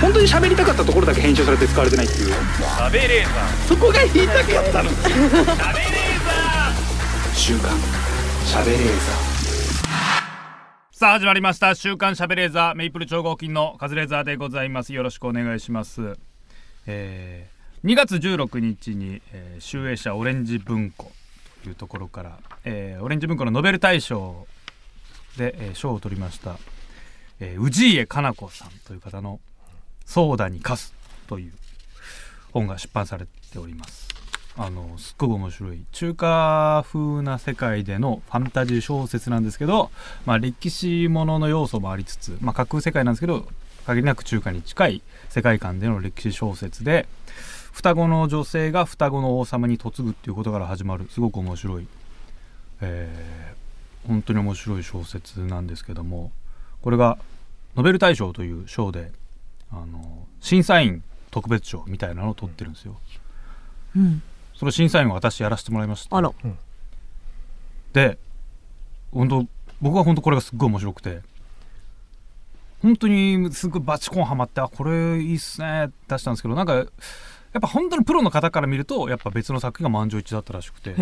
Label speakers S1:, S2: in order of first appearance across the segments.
S1: 本当に喋りたかったところだけ編集されて使われてないっていう
S2: 食べレーザ
S1: そこが言いたかったの
S2: ー食べレーザー
S1: 週刊喋れー
S2: さあ始まりました週刊しゃべレーザーメイプル超合金のカズレーザーでございますよろしくお願いしますえー、2月16日に、えー、集英社オレンジ文庫というところから、えー、オレンジ文庫のノベル大賞で、えー、賞を取りました、えー、氏家かな子さんという方の「ソーダにかす」という本が出版されておりますあのすっごく面白い中華風な世界でのファンタジー小説なんですけど、まあ、歴史ものの要素もありつつ、まあ、架空世界なんですけど限りなく中華に近い世界観での歴史小説で双子の女性が双子の王様に嫁ぐっていうことから始まるすごく面白い、えー本当に面白い小説なんですけどもこれがノベル大賞という賞であの審査員特別賞みたいなのを取ってるんですよ。
S3: うん、
S2: その審査員を私やらせてもらいました
S3: あら、
S2: で本当僕は本当これがすっごい面白くて本当にすごいバチコンハマってあこれいいっすねって出したんですけどなんかやっぱ本当にプロの方から見るとやっぱ別の作品が満場一致だったらしくて
S3: へ
S2: あ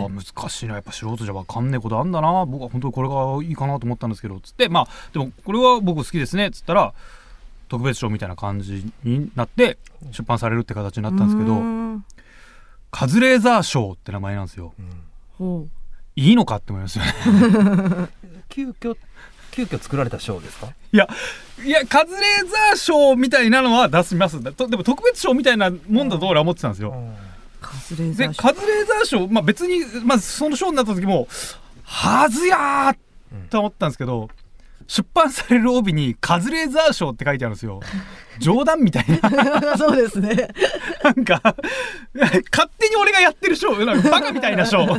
S3: え。
S2: 難しいなやっぱ素人じゃ分かんねえことあんだな僕は本当にこれがいいかなと思ったんですけどつってまあでもこれは僕好きですねっつったら特別賞みたいな感じになって出版されるって形になったんですけ
S3: うー
S2: ど
S3: ん
S2: カズレーザー賞って名前なんですよ
S3: ほ
S2: いいのかって思いますよね
S4: 急遽急遽作られた賞ですか
S2: いやいやカズレーザー賞みたいなのは出しますだとでも特別賞みたいなもんだと俺は思ってたんですよ、
S3: うカズレーザ
S2: で
S3: ー賞
S2: カズレーザー賞、まあ、別に、まあ、その賞になった時もはずやーと思ったんですけど、出版される帯に「カズレーザー賞」って書いてあるんですよ冗談みたいな
S3: そうですね。
S2: なんか勝手に俺がやってる賞なんかバカみたいな賞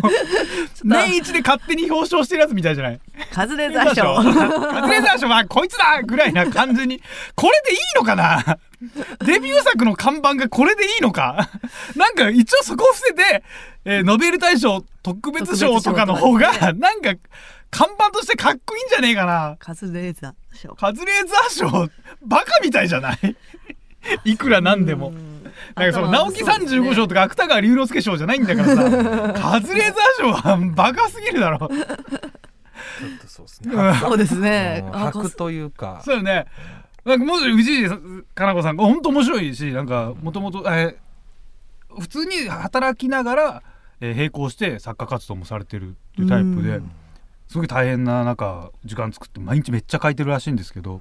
S2: 年一で勝手に表彰してるやつみたいじゃない
S3: カズレーザ
S2: カ
S3: ー
S2: ズレ
S3: 賞。
S2: ーザー賞はこいつだぐらいな感じにこれでいいのかなデビュー作の看板がこれでいいのかなんか一応そこを伏せて、えーノベル大賞特別賞とかの方
S3: 特別賞
S2: がなんか看板としてかっこいいんじゃねえかな
S3: カズレーザー賞。
S2: カズレーザー賞バカみたいじゃないいくらなんでも。なんかその
S3: 頭
S2: 直
S3: の
S2: 木
S3: そうですね
S2: 35賞とか芥川龍之介賞じゃないんだからさ カズレーザー賞はバカすぎるだろ。
S4: ちょっとそうですね
S3: そうですね。あカ
S4: 白
S3: ズ
S4: というか
S2: そうよね。なんかもし藤井かな子さんが本当面白いし、なんかもともとえー普通に働きながら、えー並行して作家活動もされてるっていうタイプ
S3: う
S2: で
S3: ん、
S2: すごい大変な中時間作って毎日めっちゃ書いてるらしいんですけど。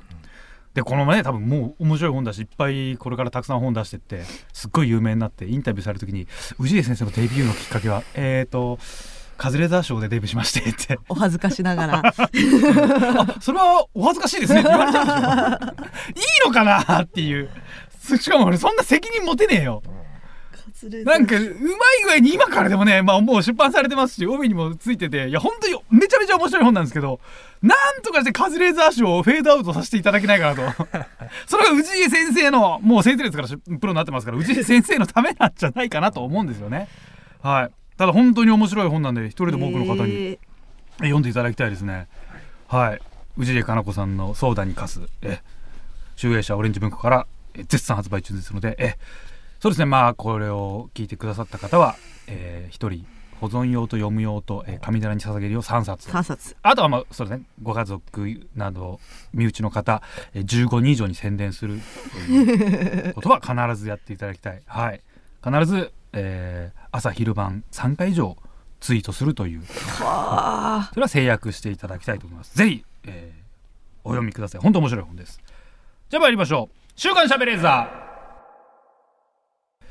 S2: でこのね多分もう面白い本だしいっぱいこれからたくさん本出してってすっごい有名になってインタビューされる時に氏家先生のデビューのきっかけはえっ、と「カズレーザー賞でデビューしまして」って
S3: お恥ずかしなが ら。
S2: あそれはお恥ずかしいですねって言われたんでしょいいのかなっていうすしかも俺そんな責任持てねえよなんかうまい具合に今からでもね、まあ、もう出版されてますし帯にもついてていや本当にめちゃめちゃ面白い本なんですけどなんとかしてカズレーザー賞をフェードアウトさせていただけないかなとそれが氏家先生のもう先生ですからしプロになってますから氏家先生のためなんじゃないかなと思うんですよねはいただ本当に面白い本なんで一人でも多くの方に
S3: えー
S2: 読んでいただきたいですねはい氏家かな子さんの「ソーダに貸す」え集英社オレンジ文庫からえ絶賛発売中ですのでえそうですねまあこれを聞いてくださった方は、え1人保存用と読む用と、えー神棚に捧げる用3冊
S3: 三冊。
S2: あとはまあそうですねご家族など身内の方えー15人以上に宣伝するということは必ずやっていただきたい、 はい、必ず、えー朝昼晩3回以上ツイートするという
S3: あ
S2: それは制約していただきたいと思います。ぜひ、えーお読みください。本当面白い本です。じゃあ参りましょう。週刊しゃべれーザー。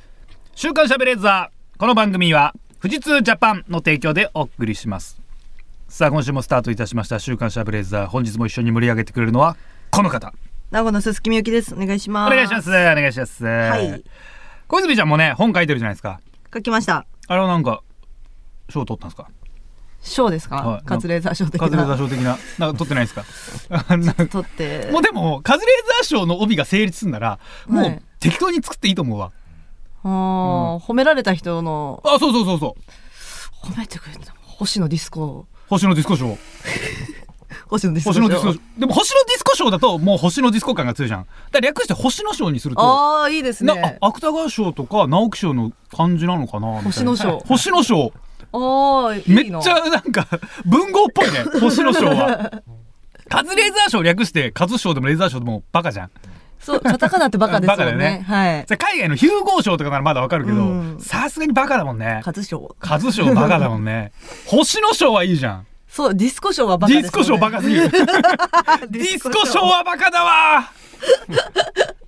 S2: 週刊しゃべれーザー。この番組は富士通ジャパンの提供でお送りします。さあ今週もスタートいたしました週刊しゃべれーザー。本日も一緒に盛り上げてくれるのはこの方。
S3: ー名古の鈴木みゆきです。お願いし
S2: お
S3: ます。
S2: 願いします。お願いします。
S3: はい。
S2: 小泉ちゃんもね本書いてるじゃないですか。
S3: 書きました。
S2: あれはなんか賞取ったんですか。
S3: 賞ですか、
S2: はい
S3: カズレーザー賞的
S2: カズレーザー賞
S3: な。
S2: 的ななんか取ってないですか。なんか
S3: 取って
S2: も。うでも、カズレーザー賞の帯が成立するなら、も
S3: は
S2: う
S3: い
S2: 適当に作っていいと思うわ。
S3: あー褒められた人の、
S2: あ、そうそうそうそう。
S3: 褒めてくれた。星野ディスコ。
S2: 星野ディスコ賞。
S3: 星野ディスコ
S2: 星
S3: 賞。
S2: 野ディスコ賞。でも星野ディスコク賞だともう星のディスコ感が強いじゃんだから略して星の賞にすると
S3: ああいいです
S2: なあ
S3: ね。
S2: 芥川賞とか直木賞の感じなのかなみたいな
S3: 星野賞
S2: 星野賞
S3: ああい
S2: めっ
S3: い
S2: ち
S3: の。
S2: ゃなんか 文豪っぽいね星野賞 はカズレーザー賞略してカズ賞でもレーザー賞でもバカじゃん
S3: そうカタカナってバカです
S2: バカだよ
S3: よ
S2: ね
S3: ね。はい。
S2: それ海外のヒューゴー賞とかならまだわかるけ
S3: う
S2: ど
S3: ん
S2: さすがにバカだもんね
S3: カズ賞。
S2: カズ賞バカだもん ね星野賞はいいじゃん
S3: そうディスコ賞はバカ
S2: デ
S3: です、
S2: ィ
S3: ね。
S2: スコ賞バカすぎ る
S3: デ
S2: ディスコ賞はバカだ わ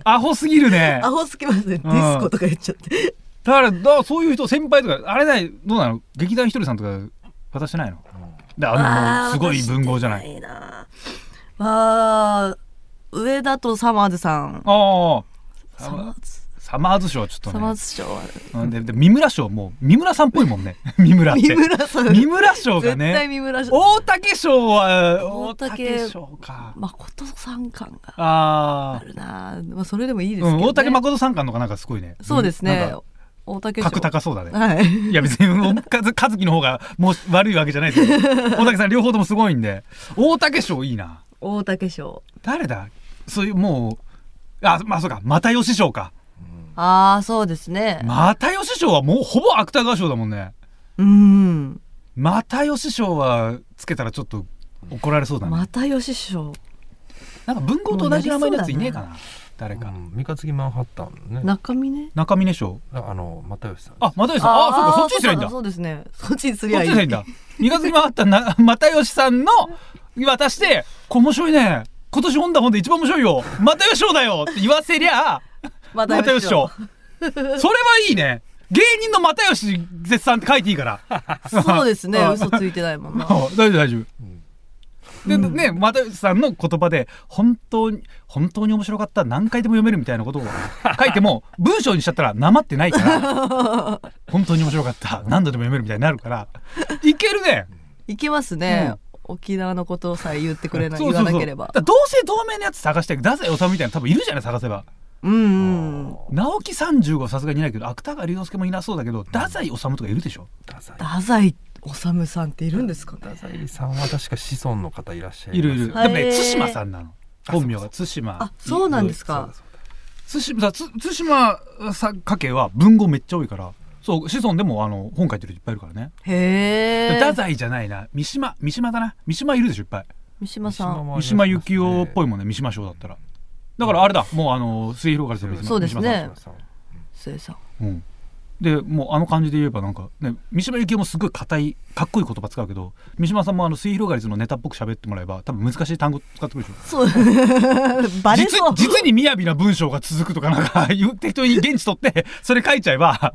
S2: アホすぎるね
S3: アホすぎますね。ディスコとか言っちゃって。
S2: だからだからそういう人先輩とかあれだよどうなの劇団ひとりさんとか渡してないの、であ
S3: あー
S2: のすごい文豪じゃない
S3: いいな。あー上田とサマーズさん。
S2: あ
S3: サマーズ。
S2: あサマーズ賞ちょっと
S3: サマー
S2: ね
S3: ズ賞は
S2: うんでで三村賞もう三村さんっぽいもんね 三村って
S3: 三村さん。
S2: 三村賞が
S3: 絶対
S2: ね
S3: 三村賞。
S2: 大竹賞は大
S3: 大竹
S2: 竹賞か
S3: 誠三冠があ
S2: あ
S3: るな。まあそれでもいいですけ
S2: あ、う
S3: ど、
S2: ん、
S3: ね。
S2: 大竹誠さんかのがなんかすごいね
S3: そうです
S2: なん
S3: ね
S2: か。
S3: 大竹賞。
S2: 格高そうだね
S3: はい。
S2: いや別にかず和樹の方がもう悪いわけじゃないです よ大竹さん両方ともすごいんで大竹賞いいな
S3: 大竹賞。
S2: 誰だそういうもうあまあそうか又吉賞か
S3: ああそうですね。
S2: 又吉賞はもうほぼ芥川賞だもんね
S3: うん。
S2: 又吉賞はつけたらちょっと怒られそうだね、
S3: 又吉賞。
S2: なんか文豪と同じ名前のやついねえかな誰か、
S4: うん三日月マンハッタンね。
S3: 中峰。
S2: 中峰賞
S4: ああの又吉さん。
S2: あ又吉さんああそうかそっちにすりゃいいんだ
S3: そ
S2: そう
S3: うですね。そっちにす
S2: っ
S3: り
S2: ち
S3: ゃい
S2: にす
S3: い。
S2: りゃいいんだ三日月回ったな又吉さんのに渡して「これ面白いね今年本だ本で一番面白いよ又吉賞だよ」って言わせりゃ
S3: 又
S2: 又吉 賞。それはいいね芸人の又吉絶賛って書いていい から。
S3: そうですね嘘ついてないもん な。
S2: あ大丈夫大丈夫。で、
S3: うん
S2: ね、又吉さんの言葉で本当に本当に面白かった何回でも読めるみたいな ことを書いても文章にしちゃったらなまってないから 本当に面白かった何度でも読めるみたいになるからいけるね
S3: いけますね。沖縄のことさえ言ってくれな い
S2: そう
S3: 言
S2: そ
S3: わ
S2: うそう
S3: なければ
S2: だから。同姓同名のやつ探して太宰治みたいなの多分いるじゃない探せば
S3: うんうん。
S2: 直木35さすがにいないけど芥川龍之介もいなそうだけど太宰治とかいるでしょ
S4: 太宰
S3: 太宰治さんっているんですかね
S4: 太。宰さんは確か子孫の方いらっしゃいます
S2: い
S4: よ
S2: るい
S4: ね
S2: るでも
S3: はい
S2: ね対馬さんなの本名が対馬
S3: あそうなんです
S4: そう
S3: か
S4: だ。そうだ
S2: 対馬さつ対馬さ家系は文豪めっちゃ多いからそう子孫でもあの本書いてる人いっぱいいるからね、
S3: へえ。
S2: 太宰じゃないな三島三島だな三島いるでしょいっぱい
S3: 三島さん。
S2: 三島由紀夫っぽ
S4: い
S2: いもんね三島賞だったらだからあれだもうあの末広がりする
S3: そうですね末さん。
S2: うん、でもうあの感じで言えばなんか、ね、三島由紀夫もすごい硬いかっこいい言葉使うけど三島さんもあの末広がりずのネタっぽく喋ってもらえば多分難しい単語使ってくるでしょ
S3: そう。バレ
S2: 実
S3: そう。
S2: 実に雅な文章が続くとかなんか言う適当に現地取って それ書いちゃえば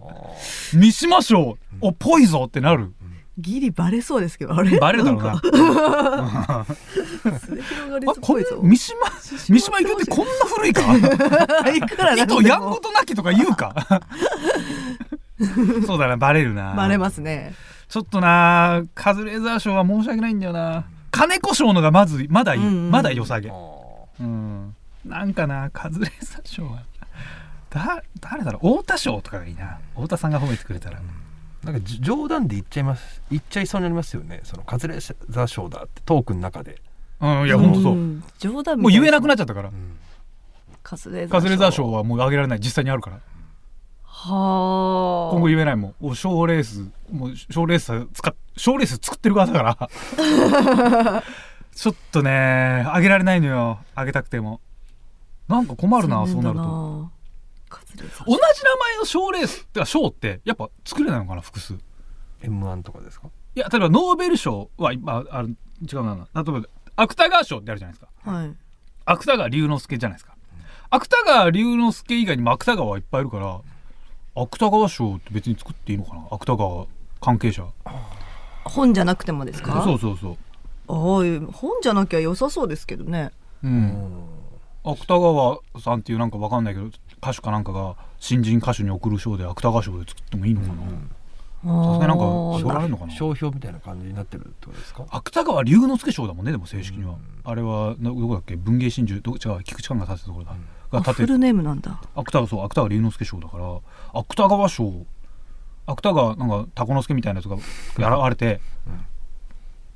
S2: 三島賞おっぽいぞってなる
S3: ギリバレそうですけど、あれ。
S2: バレるだろうな
S3: なんか広がり
S2: あ
S3: す
S2: こ
S3: ご
S2: ん
S3: いぞ。
S2: 三島三島由紀夫ってこんな古い か
S3: いくらな
S2: 意
S3: んでも
S2: 図やんごとなきとか言う かそうだなバレるな
S3: バレますね。
S2: ちょっとなカズレーザー賞は申し訳ないんだよな金子賞のがまずまだいい、
S3: うんうん
S2: まだ良さげうんなんかなカズレーザー賞はだ誰だろう太田賞とかがいいな太田さんが褒めてくれたら、
S4: なんかじ冗談で言っちゃいます言っちゃいそうになりますよねそのカズレーザー賞だってトークの中で、
S2: うんいや
S3: う
S2: ほんとそうん
S3: 冗談
S2: もう言えなく
S3: な
S2: なっちゃったから
S3: カズレーザー
S2: カズレーザー賞はもうあげられない実際にあるから
S3: はあ
S2: 今後言えないもんお賞レースもう賞レース使っ賞レース作ってる側だから ちょっとねあげられないのよあげたくてもなんか困るなそうなると。
S3: カズレーザー
S2: 同じ名前の賞レースってか賞ってやっぱ作れないのかな複数い
S4: M1 とかですか
S2: や例えばノーベル賞は今ある違うな例えば芥川賞ってあるじゃないですか
S3: はい
S2: 芥川龍之介じゃないですか芥川龍之介以外にも芥川はいっぱいいるから芥川賞って別に作っていいのかな芥川関係者
S3: 本じゃなくてもですか
S2: そうそうそう
S3: ああいや本じゃなきゃ良さそうですけどね
S2: うん芥川さんっていうなんかわかんないけど歌手かなんかが新人歌手に贈る賞で芥川賞で作ってもいいのかなさ
S3: ああ
S2: すがになんか絞られるのかな
S4: 商標みたいな感じになってるってことですか
S2: 芥川龍之介賞だもんねでも正式には、あれはなどこだっけ文芸真珠ど違う菊池寛が立てたところだ、が
S3: あ
S2: 立
S3: フ
S2: て
S3: ルネームなんだ
S2: 芥川そう芥川龍之介賞だから芥川賞芥川なんかタコ之助みたいなやつが現れて、
S4: うん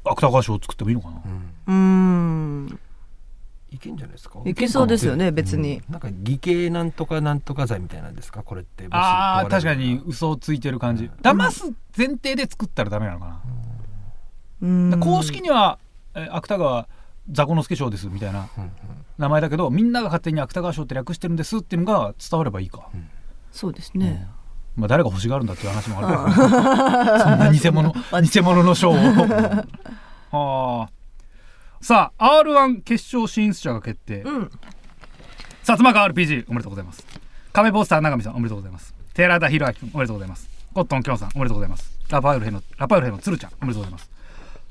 S2: 芥川賞を作ってもいいのかな、
S4: うん
S3: うーん
S4: 一けんじゃないですか
S3: いけそうですよね別に
S4: うんなんか偽計なんとかなんとか罪みたいなんですかこれってもし
S2: ああ
S4: 問われるなら
S2: 確かに嘘をついてる感じ騙す前提で作ったらダメなのかな、
S3: うん
S2: だから公式にはえー芥川雑魚之助賞ですみたいな
S4: うんうん
S2: 名前だけどみんなが勝手に芥川賞って略してるんですっていうのが伝わればいいか、
S3: そうですね、
S2: まあ、誰が欲しがるんだっていう話もあるから そんな偽 物偽物の賞を はあさあ r 1決勝進出者が決定、
S3: うん
S2: さつまか RPG おめでとうございます亀ポスター永見さんおめでとうございます寺田博明君おめでとうございますコットンきょんさんおめでとうございますラパウルヘのラパウルヘのつるちゃんおめでとうございます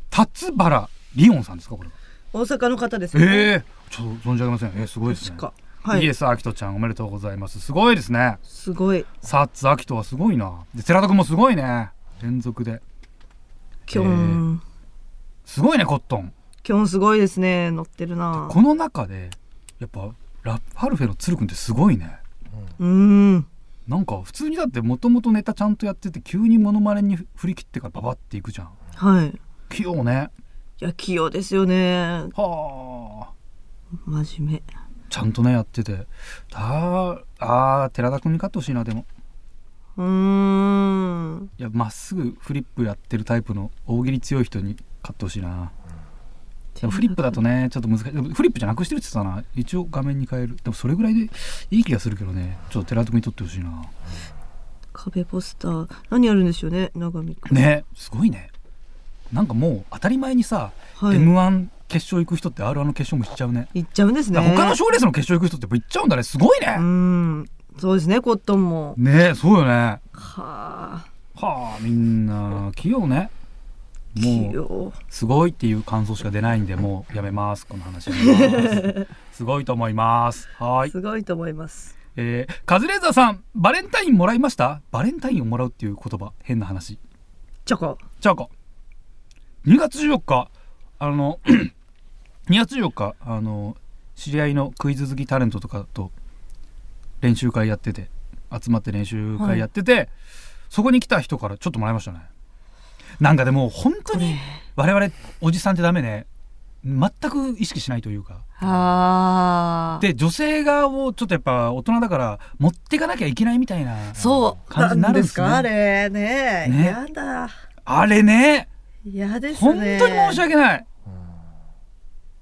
S2: 辰原リオンさんですかこれは
S3: 大阪の方ですね、
S2: ええちょっと存じ上げませんえーすごいですね
S3: 確かはい
S2: イエスアキトちゃんおめでとうございますすごいですね
S3: すごい
S2: サッツアキトはすごいなで寺田君もすごいね連続で
S3: きょん、
S2: すごいねコットン
S3: きょんすごいですね乗ってるな
S2: この中でやっぱラパルフェの鶴くんってすごいね
S3: うん
S2: なんか普通にだってもともとネタちゃんとやってて急にモノマネに振り切ってからババっていくじゃん
S3: はいい
S2: 器用ね
S3: や器用ですよね
S2: はあ
S3: 真面目
S2: ちゃんとねやっててだあー寺田君に勝ってほしいなでも
S3: うーん
S2: いやまっすぐフリップやってるタイプの大喜利強い人に勝ってほしいなでもフリップだとねちょっと難しいでもフリップじゃなくしてるって言ってたな一応画面に変えるでもそれぐらいでいい気がするけどねちょっと寺田君にとってほしいな
S3: 壁ポスター何やるんでしょうね長見君
S2: ねすごいねなんかもう当たり前にさ、
S3: はい
S2: m 1決勝行く人って r 1の決勝も行っちゃうね
S3: 行っちゃうんですね
S2: だから他の賞レースの決勝行く人ってやっぱ行っちゃうんだねすごいね
S3: う、んそうですねコットンも
S2: ねそうよね
S3: はあ
S2: はあみんな器用ね
S3: 器
S2: もう
S3: 用
S2: すごいっていう感想しか出ないんでもうやめますこの話やめますすごいと思いますはい
S3: すごいと思います
S2: えー、カズレーザーさんバレンタインもらいましたバレンタインをもらうっていう言葉変な話
S3: チョコ
S2: じゃあか2月14日あの 2月14日あの知り合いのクイズ好きタレントとかと練習会やってて集まって練習会やってて、そこに来た人からちょっともらいましたねなんかでも本当に我々おじさんってダメね全く意識しないというか
S3: ああ
S2: で女性側をちょっとやっぱ大人だから持ってかなきゃいけないみたいな
S3: そう
S2: 感じになるんですね
S3: かあれね
S2: ね
S3: やだ
S2: あれね
S3: 嫌です
S2: 本
S3: ね
S2: 当に申し訳ない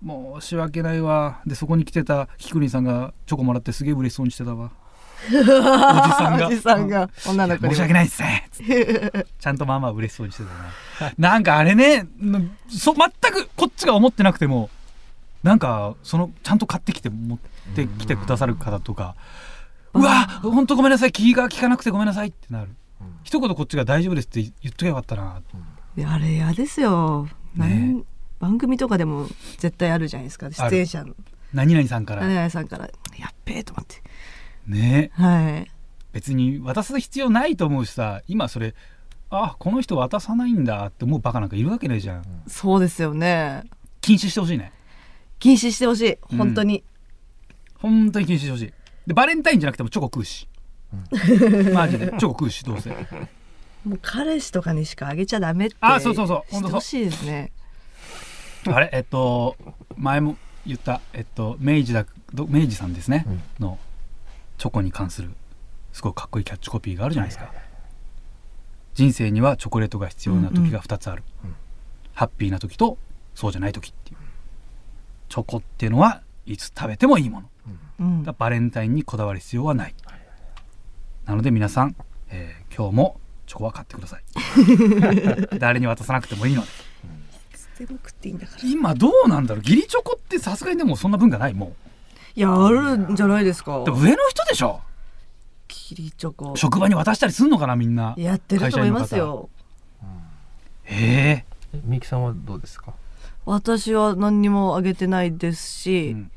S2: 申し訳ないわでそこに来てた菊林さんがチョコもらってすげえ嬉しそうにしてた わおじさんが
S3: おじさんが女の子に
S2: 申し訳ないっす ねつってちゃんとまあまあ嬉しそうにしてたななんかあれねのそ全くこっちが思ってなくてもなんかそのちゃんと買ってきて持ってきてくださる方とかうわ本当ごめんなさい気が利かなくてごめんなさいってなる
S4: うん
S2: 一言こっちが大丈夫ですって言っときゃよかったな
S3: であれ嫌ですよ、なん番組とかでも絶対あるじゃないですか出演者の
S2: 何々さんから
S3: 何々さんから「やっべえ」と思って
S2: ね
S3: はい
S2: 別に渡す必要ないと思うしさ今それあこの人渡さないんだって思うバカなんかいるわけないじゃん
S3: そうですよね
S2: 禁止してほしいね
S3: 禁止してほしい本当に、
S2: 本当に禁止してほしいでバレンタインじゃなくてもチョコ食う し、マジでチョコ食うしどうせ
S3: もう彼氏とかにしかあげちゃダメって
S2: あそうそうそう
S3: し
S2: 本当そ
S3: て
S2: う
S3: ほしいですね
S2: あれえっと前も言ったえっと明治だど明治さんですね、のチョコに関するすごいかっこいいキャッチコピーがあるじゃないですか、人生にはチョコレートが必要な時が2つある、ハッピーな時とそうじゃない時っていうチョコっていうのはいつ食べてもいいもの
S3: うん
S2: だからバレンタインにこだわる必要はないなので皆さん、えー今日もチョコは買ってください 誰に渡さなくてもいいので
S3: 捨てまくっていいんだから
S2: 今どうなんだろう義理チョコってさすがにでもそんな文化ないも
S3: いやあるんじゃないですか
S2: うでも上の人でしょ
S3: キリチョコ
S2: 職場に渡したりすんのかなみんな
S3: やってると思いますよ
S2: へえ
S4: えみゆきさんはどうですか
S3: 私は何にもあげてないですし、
S2: うん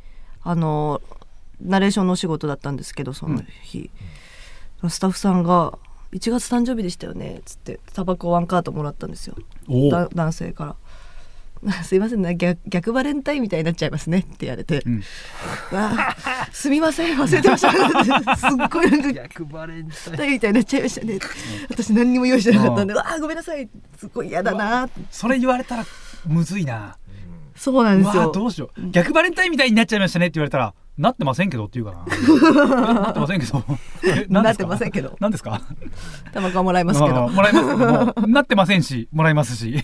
S3: あのナレーションのお仕事だったんですけどその日、スタッフさんが「1月誕生日でしたよね」っつってタバコワンカートもらったんですよ
S2: お
S3: だ男性から「 すいませんね逆逆バレンタインみたいになっちゃいますね」って言われて「
S2: ん
S3: わあすみません忘れてました」すっごいなんか
S4: 逆バレンタ
S3: 痛いみたいになっちゃいましたね私何にも用意してなかったんで「わあごめんなさいすっごい嫌だな」
S2: それ言われたらむずいな
S3: そうなんです
S2: わあ
S3: よ
S2: どうしよう逆バレンタインみたいになっちゃいましたねって言われたらなってませんけどって言うかなえなってませんけど え何
S3: な
S2: で
S3: っ
S2: すか
S3: てませんけど
S2: 何ですか
S3: タバコはもらいますけ
S2: まあ
S3: ど
S2: もらいますけどもなってませんしもらいますし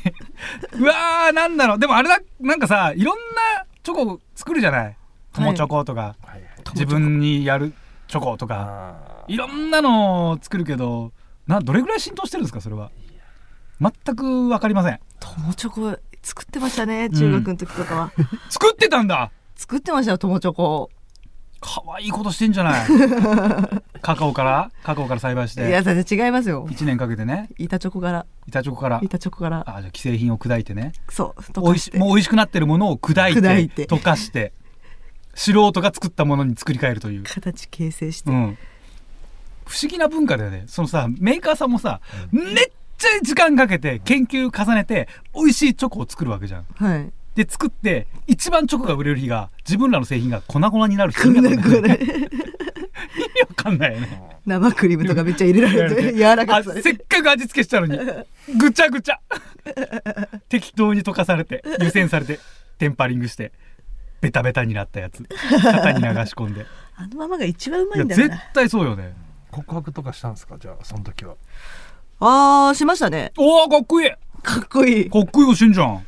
S2: うわーなんだろうでもあれだなんかさいろんなチョコ作るじゃない友チョコとか、
S4: はいはい
S2: 自分にやるチョコとか
S4: あー
S2: いろんなのを作るけどなどれぐらい浸透してるんですかそれは全くわかりません
S3: 友チョコ作ってましたね中学の時とかは、
S2: 作ってたんだ
S3: 作ってましたよ友チョコ
S2: 可愛いことしてんじゃない カカオからカカオから栽培し
S3: いや
S2: て
S3: 全然違いますよ
S2: 1年かけてね
S3: 板チョコから
S2: 板チョコから
S3: 板チョコから
S2: あじゃあ既製品を砕いてね
S3: そう溶
S2: お
S3: か
S2: い
S3: し
S2: してもう美味しくなってるものを砕いて
S3: 砕いて
S2: 溶かして素人が作ったものに作り変える という、
S3: 形形成して、
S2: うん、不思議な文化だよねそのさメーカーさんもさ、めっちゃ時間かけて研究重ねて美味しいチョコを作るわけじゃん
S3: はい
S2: で作って一番チョコが売れる日が自分らの製品が粉々になる日
S3: こん
S2: が
S3: な
S2: 意味
S3: これ
S2: わかんないよね
S3: 生クリームとかめっちゃ入れられて 柔らかくさ
S2: あ
S3: れ
S2: せってかく味付けしたのにぐちゃぐちゃ適当に溶かされて湯煎されてテンパリングしてベタベタになったやつ型に流し込ん で
S3: あのままが一番うま
S2: い
S3: い
S2: や
S3: んだよ
S2: 絶
S3: な
S2: 対そうよね
S4: 告白とかしたんですかじゃあその時は
S3: あーしましたね
S2: おおかっこいい
S3: かっこいい
S2: かっこいいおしんじゃん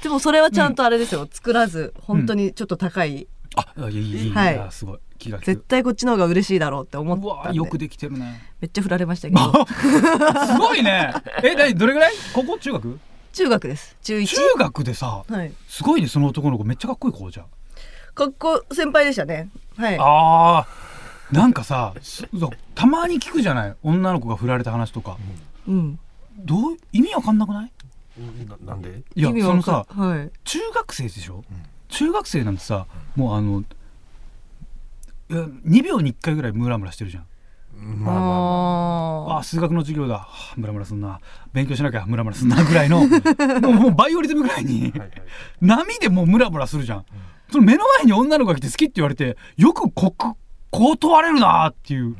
S3: でもそれはちゃんとあれですよ、作らず本当にちょっと高い、
S2: あいやいいいい、
S3: はい
S2: いやすごい気が利
S3: 絶
S2: く
S3: 対こっちの方が嬉しいだろうって思っ
S2: うわ
S3: たんで
S2: よくできてるね
S3: めっちゃ振られましたけど
S2: すごいねえ何どれぐらい高校中学
S3: 中学です中1
S2: 中学でさ
S3: はい
S2: すごいねその男の子めっちゃかっこいい子じゃん
S3: かっこ先輩でしたねはい
S2: あーなんかさすたまに聞くじゃない女の子が振られた話とか
S3: うん
S2: どう意味わかんなくない
S4: ななんで
S2: いや
S3: 意味
S2: そ
S3: わ
S2: の
S3: か
S2: さ
S3: んはい
S2: 中学生でしょ、中学生なんてさもうあのえ2秒に1回ぐらいムラムラしてるじゃん
S4: まあまあまあ
S2: あ
S3: あ
S2: ー数学の授業だはあムラムラすんな勉強しなきゃムラムラすんなぐらい のもうもうバイオリズムぐらいに、
S4: はいはい
S2: 波でもうムラムラするじゃん、その目の前に女の子が来て好きって言われてよくこく断れるなーっていう、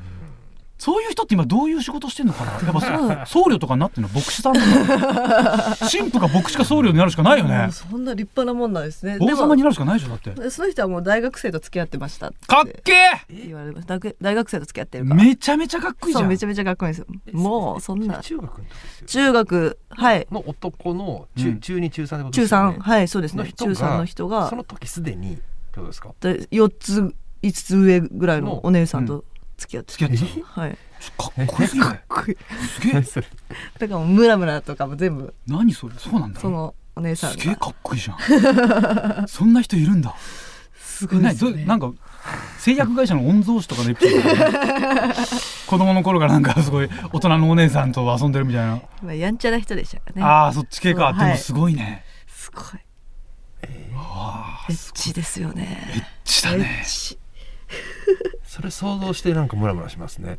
S2: そういう人って今どういう仕事してんのか なやっぱそう僧侶とかになってるの牧師さんとか神父か牧師か僧侶になるしかないよ
S3: あ、
S2: ね
S3: もうそんな立派なもんなんですね
S2: 王
S3: で
S2: 様
S3: も
S2: になるしかないでしょだって
S3: その人はもう大学生と付き合ってましたって
S2: かっけえ
S3: 言われました大大学生と付き合ってるから
S2: めちゃめちゃかっこいいじ
S3: そ
S2: ゃ
S3: うんめちゃめちゃかっこいいんですよもうそんな
S4: 中学の時ですよ
S3: 中学はい
S4: の男の中、
S2: うん
S4: 中二中三ってこと
S3: 中
S4: ですよ
S3: 3
S4: ね
S3: はいそうです
S4: の
S3: ね
S4: 人
S3: 中
S4: が
S3: 3の人が
S4: その時すでにってことですか
S3: で4つ5つ上ぐらいのお姉さんと付き合って
S2: 付き合ってた
S3: はい
S2: かっこいいす
S3: かっこいい
S2: げえ
S3: だからもうムラムラとかも全部
S2: 何それそうなんだ
S3: そのお姉さん
S2: すげえ
S3: が
S2: かっこいいじゃんそんな人いるんだ
S3: すごいで
S2: 何
S3: す
S2: ど
S3: よ
S2: う
S3: ね
S2: なんか製薬会社の御曹司とかのエピソードだよ ね子供の頃がなんかすごい大人のお姉さんと遊んでるみたいな、
S3: まあやんちゃな人でしたからね
S2: ああそっち系か、
S3: そう
S2: で
S3: は
S2: も
S3: い
S2: すごいね
S3: すごいエッチですよね
S2: した
S3: エ
S2: ね
S3: ッチ
S4: それ想像してなんかムラムラしますね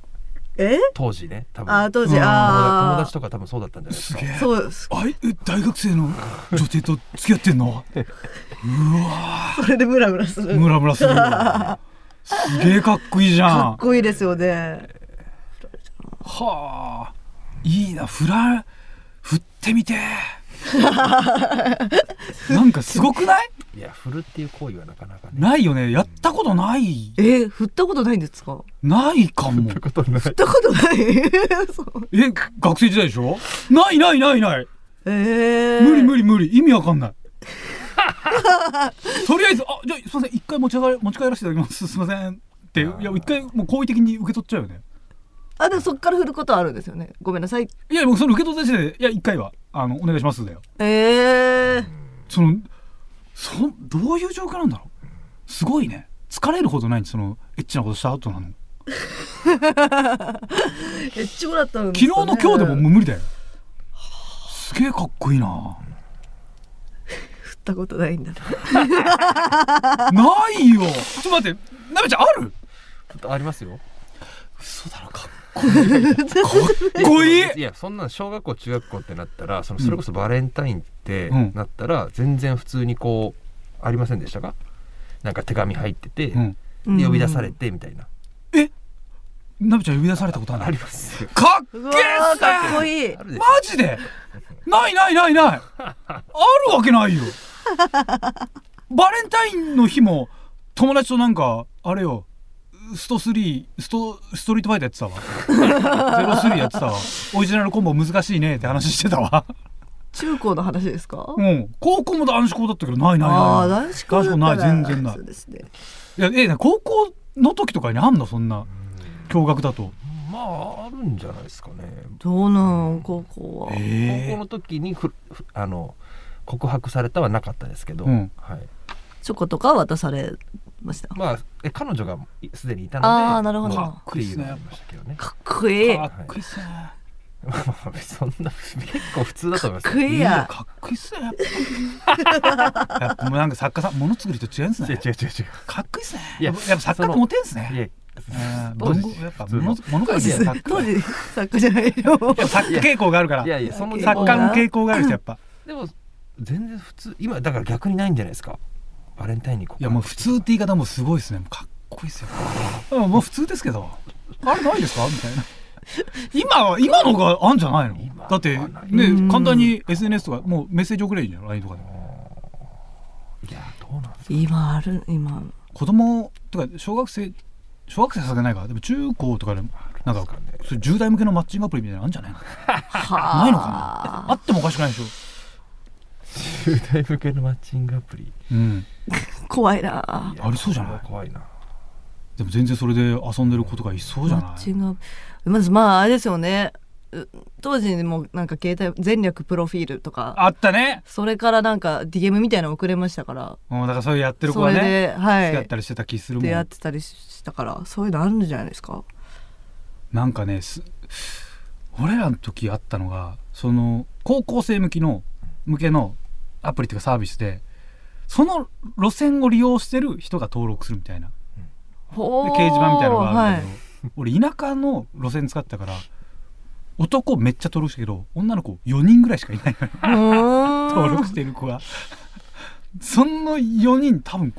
S3: え
S4: 当時ね多分
S3: あー当時
S2: うん
S3: あー
S4: 友達とか多分そうだったんじゃないで
S2: す
S4: すか
S2: げえ
S3: そうそ
S2: あいえ大学生の女性と付き合ってんの
S3: それでムラムラする
S2: ムラムラするよすげえかっこいいじゃん
S3: かっこいいですよね
S2: はあいいな振ら振って みてえなんかすごくない
S4: いや振るっていう行為はなかなかね
S2: ないよねやったことない
S3: えー、振ったことないんですか
S2: ないかも
S4: ってことない
S3: 振ったことない そう
S2: え学生時代でしょないないないない
S3: えー、
S2: 無理無理無理意味わかん ないとりあえずあじゃあすいません一回持ち上がり持ち帰らせていただきますすいませんってい
S4: あー
S2: や一回もう好意的に受け取っちゃうよね
S3: あでもそっから振ることはあるんですよねごめんなさい
S2: いやもうその受け取った時点でいや一回はあのお願いしますだよ
S3: えー、
S2: そのそどういう状況なんだろうすごいね疲れるほどないんそのエッチなことした後なの
S3: エッチもらったん
S2: 昨
S3: です
S2: 日の
S3: かね
S2: 今日でももう無理だよすげえかっこいい な
S3: 振ったことないんだ
S2: ないよちょっと待ってなべちゃんある
S4: ありますよ
S2: 嘘だろかっこいいかっこいい
S4: いやそんなん小学校中学校ってなったらそのそれこそバレンタインって
S2: うん
S4: なったら全然普通にこうありませんでしたかなんか手紙入ってて、
S2: うん
S4: で呼び出されてみたいな、
S2: なべちゃん呼び出されたことある
S4: ありますよ
S2: かっけ
S3: う
S2: え
S3: わ
S2: っ
S3: ー
S2: す
S3: かっこ
S2: ね
S3: いい
S4: あるでし
S2: マ
S4: ょ
S2: ジでないないないないあるわけないよバレンタインの日も友達となんかあれよスト3ストストリートファイターやってたわゼロスリーやってたわオリジナルコンボ難しいねって話してたわ
S3: 中高の話ですか
S2: うん高校も男子校だったけどないない
S3: ああ
S2: ない
S3: 男子校だった
S2: 男子校
S3: ら
S2: ない全然ない
S3: そうですね
S2: いやええ高校の時とかにあんのそんな驚愕だと
S4: まああるんじゃないですかね
S3: どうなん高校は、
S2: え
S4: 高校の時にふふあの告白されたはなかったですけど、
S2: うん
S4: はい、
S3: チョコとか渡されました
S4: まあえ彼女がいすでにいたので
S3: あーなるほど
S4: まあっていうのはありましたけどね
S3: かっこいい
S2: か
S3: か
S2: っこいいっすね
S4: まあまあそんな結構普通だと思
S3: っ
S4: います
S3: こいいや
S2: かっこいいっすねやっ ぱやっぱもうなんか作家さんものづくりと違うんです
S4: 違う
S2: ね
S4: 違う違う違う
S2: かっこいいっすね
S4: い
S2: や
S4: や
S2: っぱやっぱ作家ってモテんすね
S4: いや
S2: あー
S4: 当
S2: 文
S4: 時
S2: 豪やっぱ
S4: 普通の
S2: 物物書
S3: 当
S2: いて
S3: 時
S2: る作
S3: 当
S2: 家
S3: 時作家じゃないよ
S2: やっぱ作家傾向があるから
S4: いやいやその
S3: い
S2: 作家の傾向があるしやっぱ
S4: でも全然普通今だから逆にないんじゃないですかバレンタインに告白
S2: いやもう普通って言い方もすごいですねもうかっこいいですようんもう普通ですけどあれないですかみたいな今は今のがあんじゃないの
S4: 今は
S2: だって
S3: う
S2: ね
S3: ん
S2: 簡単に SNS とかもうメッセージ送ればいいじゃん LINE とかで
S4: いやどうなんですか
S3: 今ある今
S2: 子供とか小学生小学生はさせないからでも中高とかでもなんか
S4: そうですかね
S2: そういう10代向けのマッチングアプリみたいなのあんじゃないの
S3: は
S2: ないのかなあってもおかしくないでしょ
S4: 10代向けのマッチングアプリ
S2: うん
S3: 怖いな
S2: ありそうじゃない
S4: 怖いな
S2: でも全然それで遊んでる子とかいそうじゃ
S3: マ
S2: な
S3: ッ
S2: い
S3: チングアプリまずまああれですよねう当時にもなんか携帯全略プロフィールとか
S2: あったね。
S3: それからなんか DM みたいなの送れましたから
S2: うん、だからそういうやってる子
S3: そ
S2: はね、
S3: れでは
S2: 付き合っ
S3: い
S2: たりしてた気するも
S3: 出会っ
S2: ん。
S3: てたりしたからそういうのあるんじゃないですか
S2: なんかね、す俺らの時あったのが、その高校生向きの向けのアプリというかサービスで、その路線を利用してる人が登録するみたいな。で
S3: ほ
S2: 掲示板みたいなのがあるんだ
S3: は
S2: けど、俺田舎の路線使ってたから。男めっちゃ登録したけど女の子4人ぐらいしかいないのよ
S3: いうーん
S2: 登録してる子がその4人多分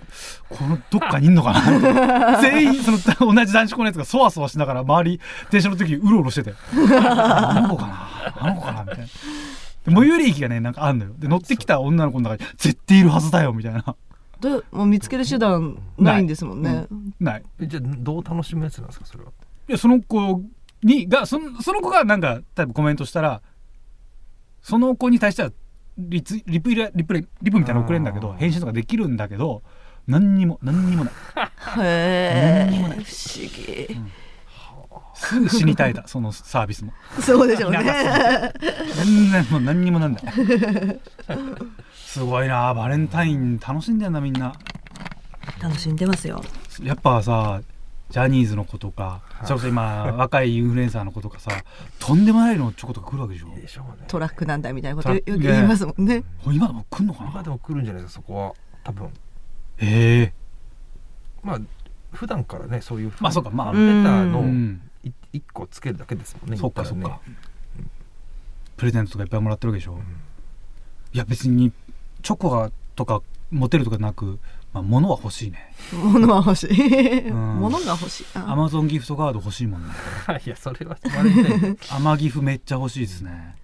S2: このどっかにいんのか な全員その同じ男子校のやつがそわそわしながら周り電車の時うろうろしててあの子かなあの子かなみたいなで最寄り駅がねなんかあんのよで乗ってきた女の子の中に絶対いるはずだよみたいな
S3: どうもう見つける手段ないんですもんね、
S2: ない
S4: えじゃあどう楽しむやつなんですかそれはい
S2: やその子にがそのその子がなんか多分コメントしたらその子に対してはリツリプリリプレリプみたいなの送れるんだけど
S4: あー
S2: 返信とかできるんだけど何にも何にもない
S3: へ
S2: 何に
S3: え
S2: もない
S3: 不思議、
S2: すぐ死に絶えたそのサービスも
S3: そうでしょうね
S2: 全然もう何にもなんないすごいなバレンタイン楽しんでんだみんな
S3: 楽しんでますよ
S2: やっぱさジャニーズの子とかそれこそ今若いインフルエンサーの子とかさとんでもないのチョコとか来るわけでしょ
S4: いいでしょうね
S3: トラックなんだみたいなこと
S2: ト
S3: よ
S2: ラッ
S3: く
S2: ク
S3: 言いますもんね
S2: これ今でも来んのか
S4: まあ
S2: な
S4: でも来るんじゃないですかそこは多分
S2: ええ
S4: まあ普段からねそういう
S2: まあそうかまあ
S4: ファンレタ
S2: う
S4: ー
S3: うん
S4: の
S2: ん
S4: い一個つけるだけですもんね
S2: そっか
S4: 言
S2: そった
S4: ら
S2: か
S4: ね、
S2: プレゼントとかいっぱいもらってるわけでしょ、
S4: ん
S2: いや別にチョコがとかモテるとかなく、まあ、物は欲しいね
S3: 物は欲しい
S2: うん
S3: 物が欲しい
S2: ア
S3: な
S2: マゾンギフトカード欲しいもんね
S4: いやそれはバレンタイン
S2: アマギフめっちゃ欲しいですね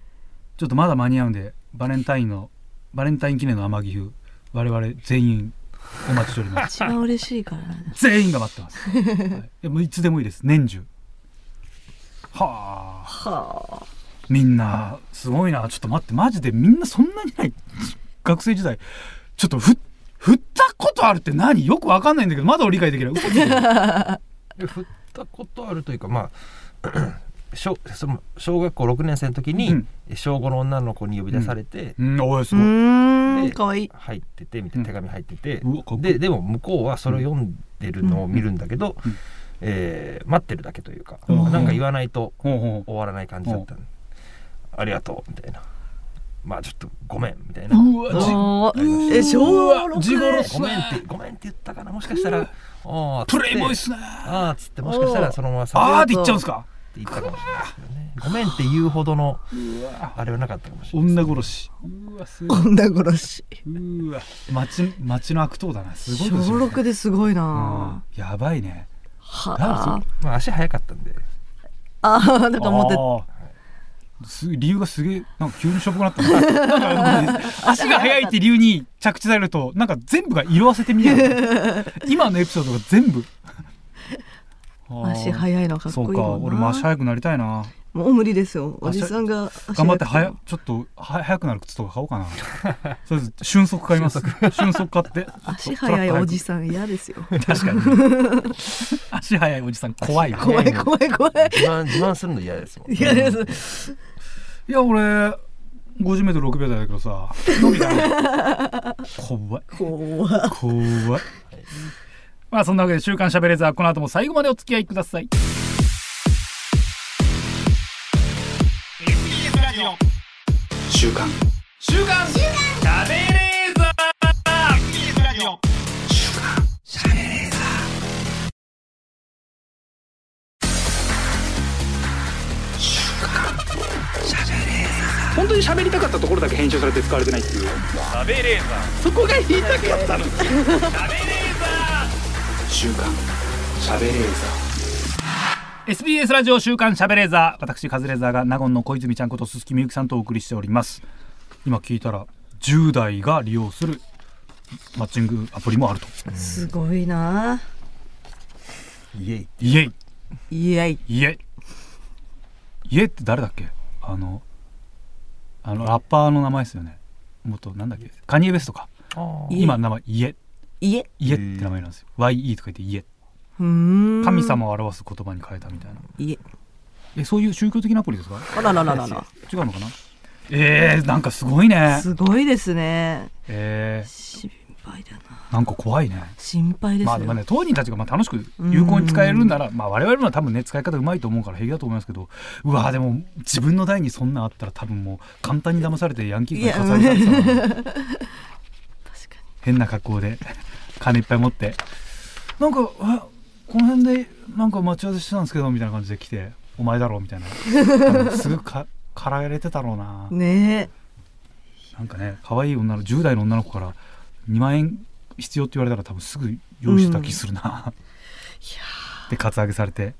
S2: ちょっとまだ間に合うんでバレンタインのバレンタイン記念のアマギフ我々全員お待ちしており ます
S3: 一番嬉しいからね
S2: 全員が待ってます、はい、いやもういつでもいいです年中はあ
S3: は
S2: みんなすごいなちょっと待ってマジでみんなそんなにない学生時代ちょっとふ振ったことあるって何よくわかんないんだけどまだ俺理解できない嘘ついてる
S4: いや振ったことあるというかまあ 小その小学校6年生の時に、
S2: うん
S4: 小5の女の子に呼び出されて、
S2: うんおいす
S3: う
S2: ごい、
S3: ーん
S4: で
S3: かわいい
S4: 入っててみたいな手紙入ってて、
S2: うわかっこいい
S4: ででも向こうはそれを読んでるのを見るんだけど、
S2: うん
S4: えー待ってるだけというか、
S2: うん
S4: なんか言わないと
S2: ほうほう
S4: 終わらない感じだったんで、ありがとうみたいなまあちょっとごめんみたいな、
S2: うわじ
S3: おー
S2: う
S3: え
S2: わ
S3: 昭和6
S2: 地頃っす
S4: ご
S2: ね
S4: めんってごめんって言ったかなもしかしたら、ああ
S2: プレイボーイっすね
S4: ああつってもしかしたらそのままさ
S2: あー
S4: あ
S2: っ
S4: って
S2: 言っちゃうんすか
S4: て言ったかもしれないですけどねごめんって言うほどのあれはなかったかもしれな
S2: 女
S4: い
S2: 殺しうわすごい
S3: 女殺し
S2: うわ町町の悪党だなすごい
S3: 小
S2: ことしてるね
S3: 6ですごいうなん
S2: やばいね
S3: は
S2: だからそう
S3: あ
S4: まあ足早かったんで
S3: あーなんか思って
S2: あーす理由がすげえなんか急にしょぼくなったのなんか足が速いって理由に着地されるとなんか全部が色あせて見える今のエピソードが全部
S3: 足速いのかっこいい
S2: そう
S3: よな
S2: か俺も足速くなりたいな
S3: もう無理ですよおじさんが足
S2: 頑張って
S3: 速
S2: 早
S3: い
S2: ちょっとは早くなる靴とか買おうかなとりあえず瞬足買い ます瞬足買って
S3: 足速いおじ
S2: ん
S3: さん嫌ですよ
S2: 確かに 足速いおじさん怖いわ
S3: 怖い怖い怖い
S4: 自慢 自慢するの嫌ですもん
S3: 嫌です
S2: いや俺 50m6 秒台だけどさ伸びたね怖い
S3: 怖い
S2: 怖い。まあそんなわけで週刊しゃべれザーこの後も最後までお付き合いください。
S1: 週刊本当に喋りたかったところだけ編集されて使われてないっていうそこが言いたかったの週刊喋れーザー
S2: SBS ラジオ週刊しゃべれザー私カズレーザーが納言の小泉ちゃんこと鈴木みゆきさんとお送りしております。今聞いたら10代が利用するマッチングアプリもあると。
S3: すごいな
S4: イエイ
S2: イエイ
S3: いやい
S2: イエイイエイって誰だっけあのあのラッパーの名前ですよね。元なんだっけカニエ・ベストか。
S3: イエ
S2: 今の名前イエ
S3: いえ
S2: イエって名前なんですよ。YE とか言ってイエ。
S3: うーん
S2: 神様を表す言葉に変えたみたいな、
S3: いえ
S2: えそういう宗教的なアプリですか
S3: あららららら
S2: 違うのかなえー、なんかすごいね
S3: すごいですね
S2: え
S3: 心配だな
S2: ー、なんか怖いね
S3: 心配ですよ、
S2: まあでもね当人たちがまあ楽しく有効に使えるんならまあ我々のは多分ね使い方うまいと思うから平気だと思いますけどうわーでも自分の代にそんなんあったら多分もう簡単に騙されてヤンキーがされたりさ
S3: 確か
S2: 変な格好で金いっぱい持ってなんかあこの辺でなんか待ち合わせしてたんですけどみたいな感じで来てお前だろうみたいな多分すぐか かられてたろうな
S3: にね
S2: なんかね可愛い女の10代の女の子から2万円必要って言われたら多分すぐ用意してた気するな、 でカツアゲされて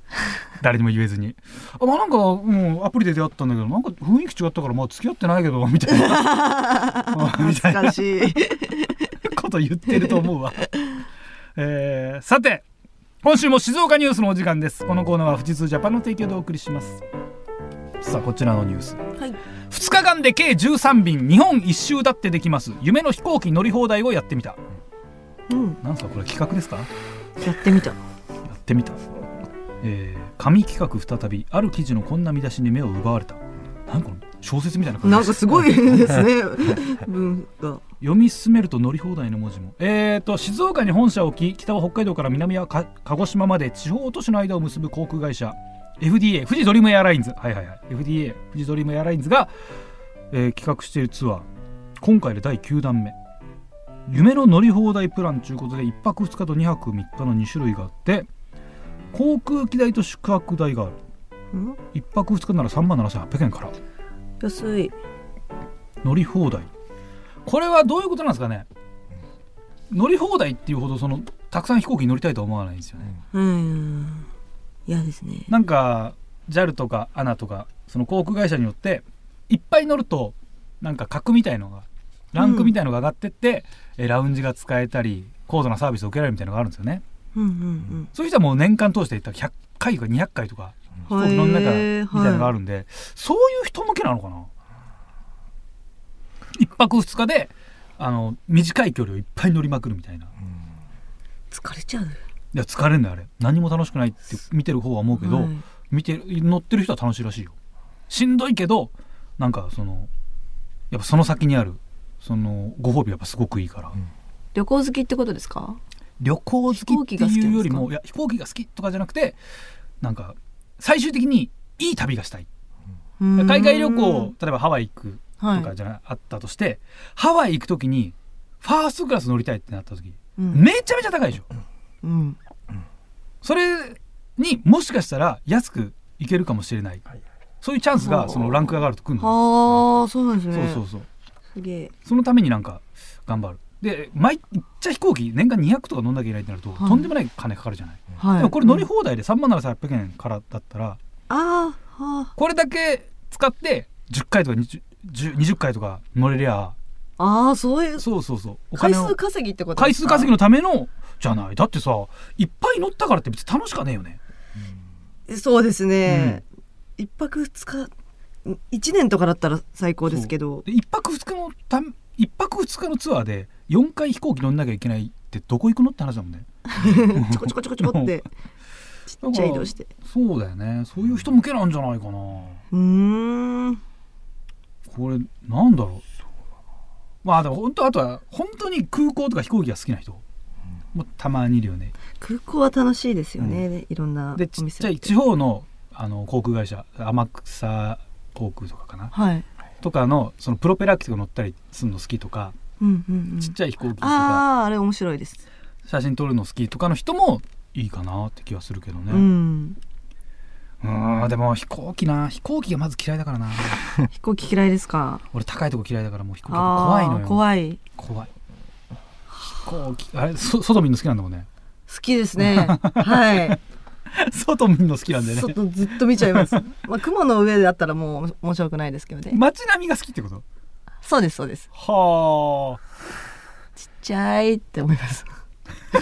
S2: 誰にも言えずに「あまあなんかもうアプリで出会ったんだけどなんか雰囲気違ったからまあ付き合ってないけど」 みたいなあ
S3: え
S2: みたいな
S3: 懐かし い
S2: こと言ってると思うわ、 えー、さて今週も静岡ニュースのお時間ですこのコーナーは富士通ジャパンの提供でお送りしますさあこちらのニュース
S3: はい
S2: 2日間で計13便日本一周だってできます夢の飛行機乗り放題をやってみた
S3: うん
S2: なんすかこれ企画ですかや
S3: やってみた
S2: ってみた、えー、紙企画再びある記事のこんな見出しに目を奪われたなんかこの小説みたいな感じ
S3: なんかすごいで すね文が
S2: 読み進めると乗り放題の文字もえーと静岡に本社を置き北は北海道から南はか鹿児島まで地方都市の間を結ぶ航空会社 FDA 富士ドリームエアラインズはいはいはい FDA 富士ドリームエアラインズが、えー企画しているツアー今回で第9弾目夢の乗り放題プランということで1泊2日と2泊3日の2種類があって航空機代と宿泊代がある
S3: うん
S2: 1泊2日なら3万7800円から
S3: 安い
S2: 乗り放題これはどういうことなんですかね乗り放題っていうほどそのたくさん飛行機に乗りたいとは思わないんですよね
S3: うん嫌ですね
S2: なんか JAL とか ANA とかその航空会社によっていっぱい乗るとなんか格みたいのがランクみたいのが上がってって、えラウンジが使えたり高度なサービスを受けられるみたいのがあるんですよね
S3: うんうん
S2: そういう人はもう年間通していったら100回とか200回とか
S3: う
S2: 飛
S3: ん
S2: 行機乗んながら
S3: へー
S2: みたいなのがあるんで、そういう人向けなのかな一泊二日であの短い距離をいっぱい乗りまくるみたいない
S3: 疲れちゃう
S2: や疲れんだよあれ何も楽しくないって見てる方は思うけど、
S3: はい
S2: 見てる乗ってる人は楽しいらしいよしんどいけどなんかそのやっぱその先にあるそのご褒美やっぱすごくいいから、
S3: 旅行好きってことですか
S2: 旅行好きっていうよりもいや飛行機が好きとかじゃなくてなんか最終的にいい旅がしたい海外旅行例えばハワイ行く
S3: はい
S2: とかじゃな、あったとしてハワイ行く時にファーストクラス乗りたいってなった時、
S3: うん
S2: めちゃめちゃ高いでしょ
S3: うん
S2: それにもしかしたら安く行けるかもしれない、
S4: はい
S2: そういうチャンス
S3: は
S2: が
S3: あ
S2: そのランクが上がると来るの、
S3: はあそうなんですね
S2: そうそうそう
S3: すげえ
S2: そのためになんか頑張るで毎めっちゃ飛行機年間200とか乗んなきゃいけないってなると、
S3: はい
S2: とんでもない金かかるじゃない、
S3: はい
S2: でもこれ乗り放題で3万7800円からだったら
S3: ああはあ
S2: これだけ使って10回とか 20, 10 20回とか乗れりゃ
S3: ああそういう
S2: そうそうそうお
S3: 回
S2: 金を
S3: 数稼ぎってこと
S2: 回数稼ぎ
S3: の
S2: のためのじゃないだってさいっぱい乗ったからって別に楽しかねえよね
S3: そうですね、一泊二日ん一年とかだったら最高ですけど
S2: で一泊二日のため一泊二日のツアーで4回飛行機乗んなきゃいけないってどこ行くのって話だもんね
S3: ちょこちょこちょこちょこ ってちっちゃい移動して
S2: そうだよねそういう人向けなんじゃないかな
S3: うーん
S2: これなんだろうまあでも本当あとは本当に空港とか飛行機が好きな人もたまにいるよね
S3: 空港は楽しいですよね、いろんなお
S2: で
S3: 店
S2: ちっちゃ
S3: あ
S2: い
S3: て
S2: 地方のあの航空会社天草航空とかかな
S3: はい
S2: とかのそのプロペラ機とか乗ったりするの好きとか
S3: うんうんうん
S2: ちっちゃい飛行機とか
S3: あああれ面白いです、
S2: 写真撮るの好きとかの人もいいかなって気はするけど
S3: う
S2: ね
S3: ん
S2: うんでも飛行機な飛行機がまず嫌いだから な
S3: 飛行機嫌いですか
S2: 俺高いとこ嫌いだからもう飛行機怖いの
S3: ああ
S2: よ
S3: 怖い
S2: 怖い飛行機あれそ外見るの好きなんだもんね
S3: 好きですねはい
S2: 外見るの好きなんでね
S3: 外ずっと見ちゃいますまあ雲の上だったらもう面白くないですけどね
S2: 街並みが好きってこと
S3: そうですそうです
S2: は
S3: ちっちゃいって思います
S2: あ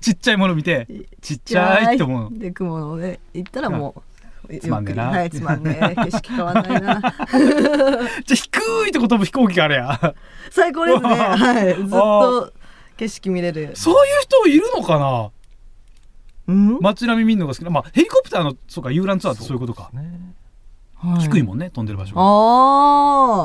S2: ちっちゃいもの見てちっちゃいって思う
S3: で雲の上行ったらもう
S2: つまんねえな
S3: ゆっくりはいつまんねえ景色変わんないな
S2: じゃあ低いとこ飛ぶ飛行機があれや
S3: 最高ですねはいずっと景色見れる
S2: そういう人いるのかな
S3: うん、
S2: 街並み見るのが好きなまあヘリコプターのそうか遊覧ツアーってそういうことか、
S4: ね
S3: はい
S2: 低いもんね飛んでる場所が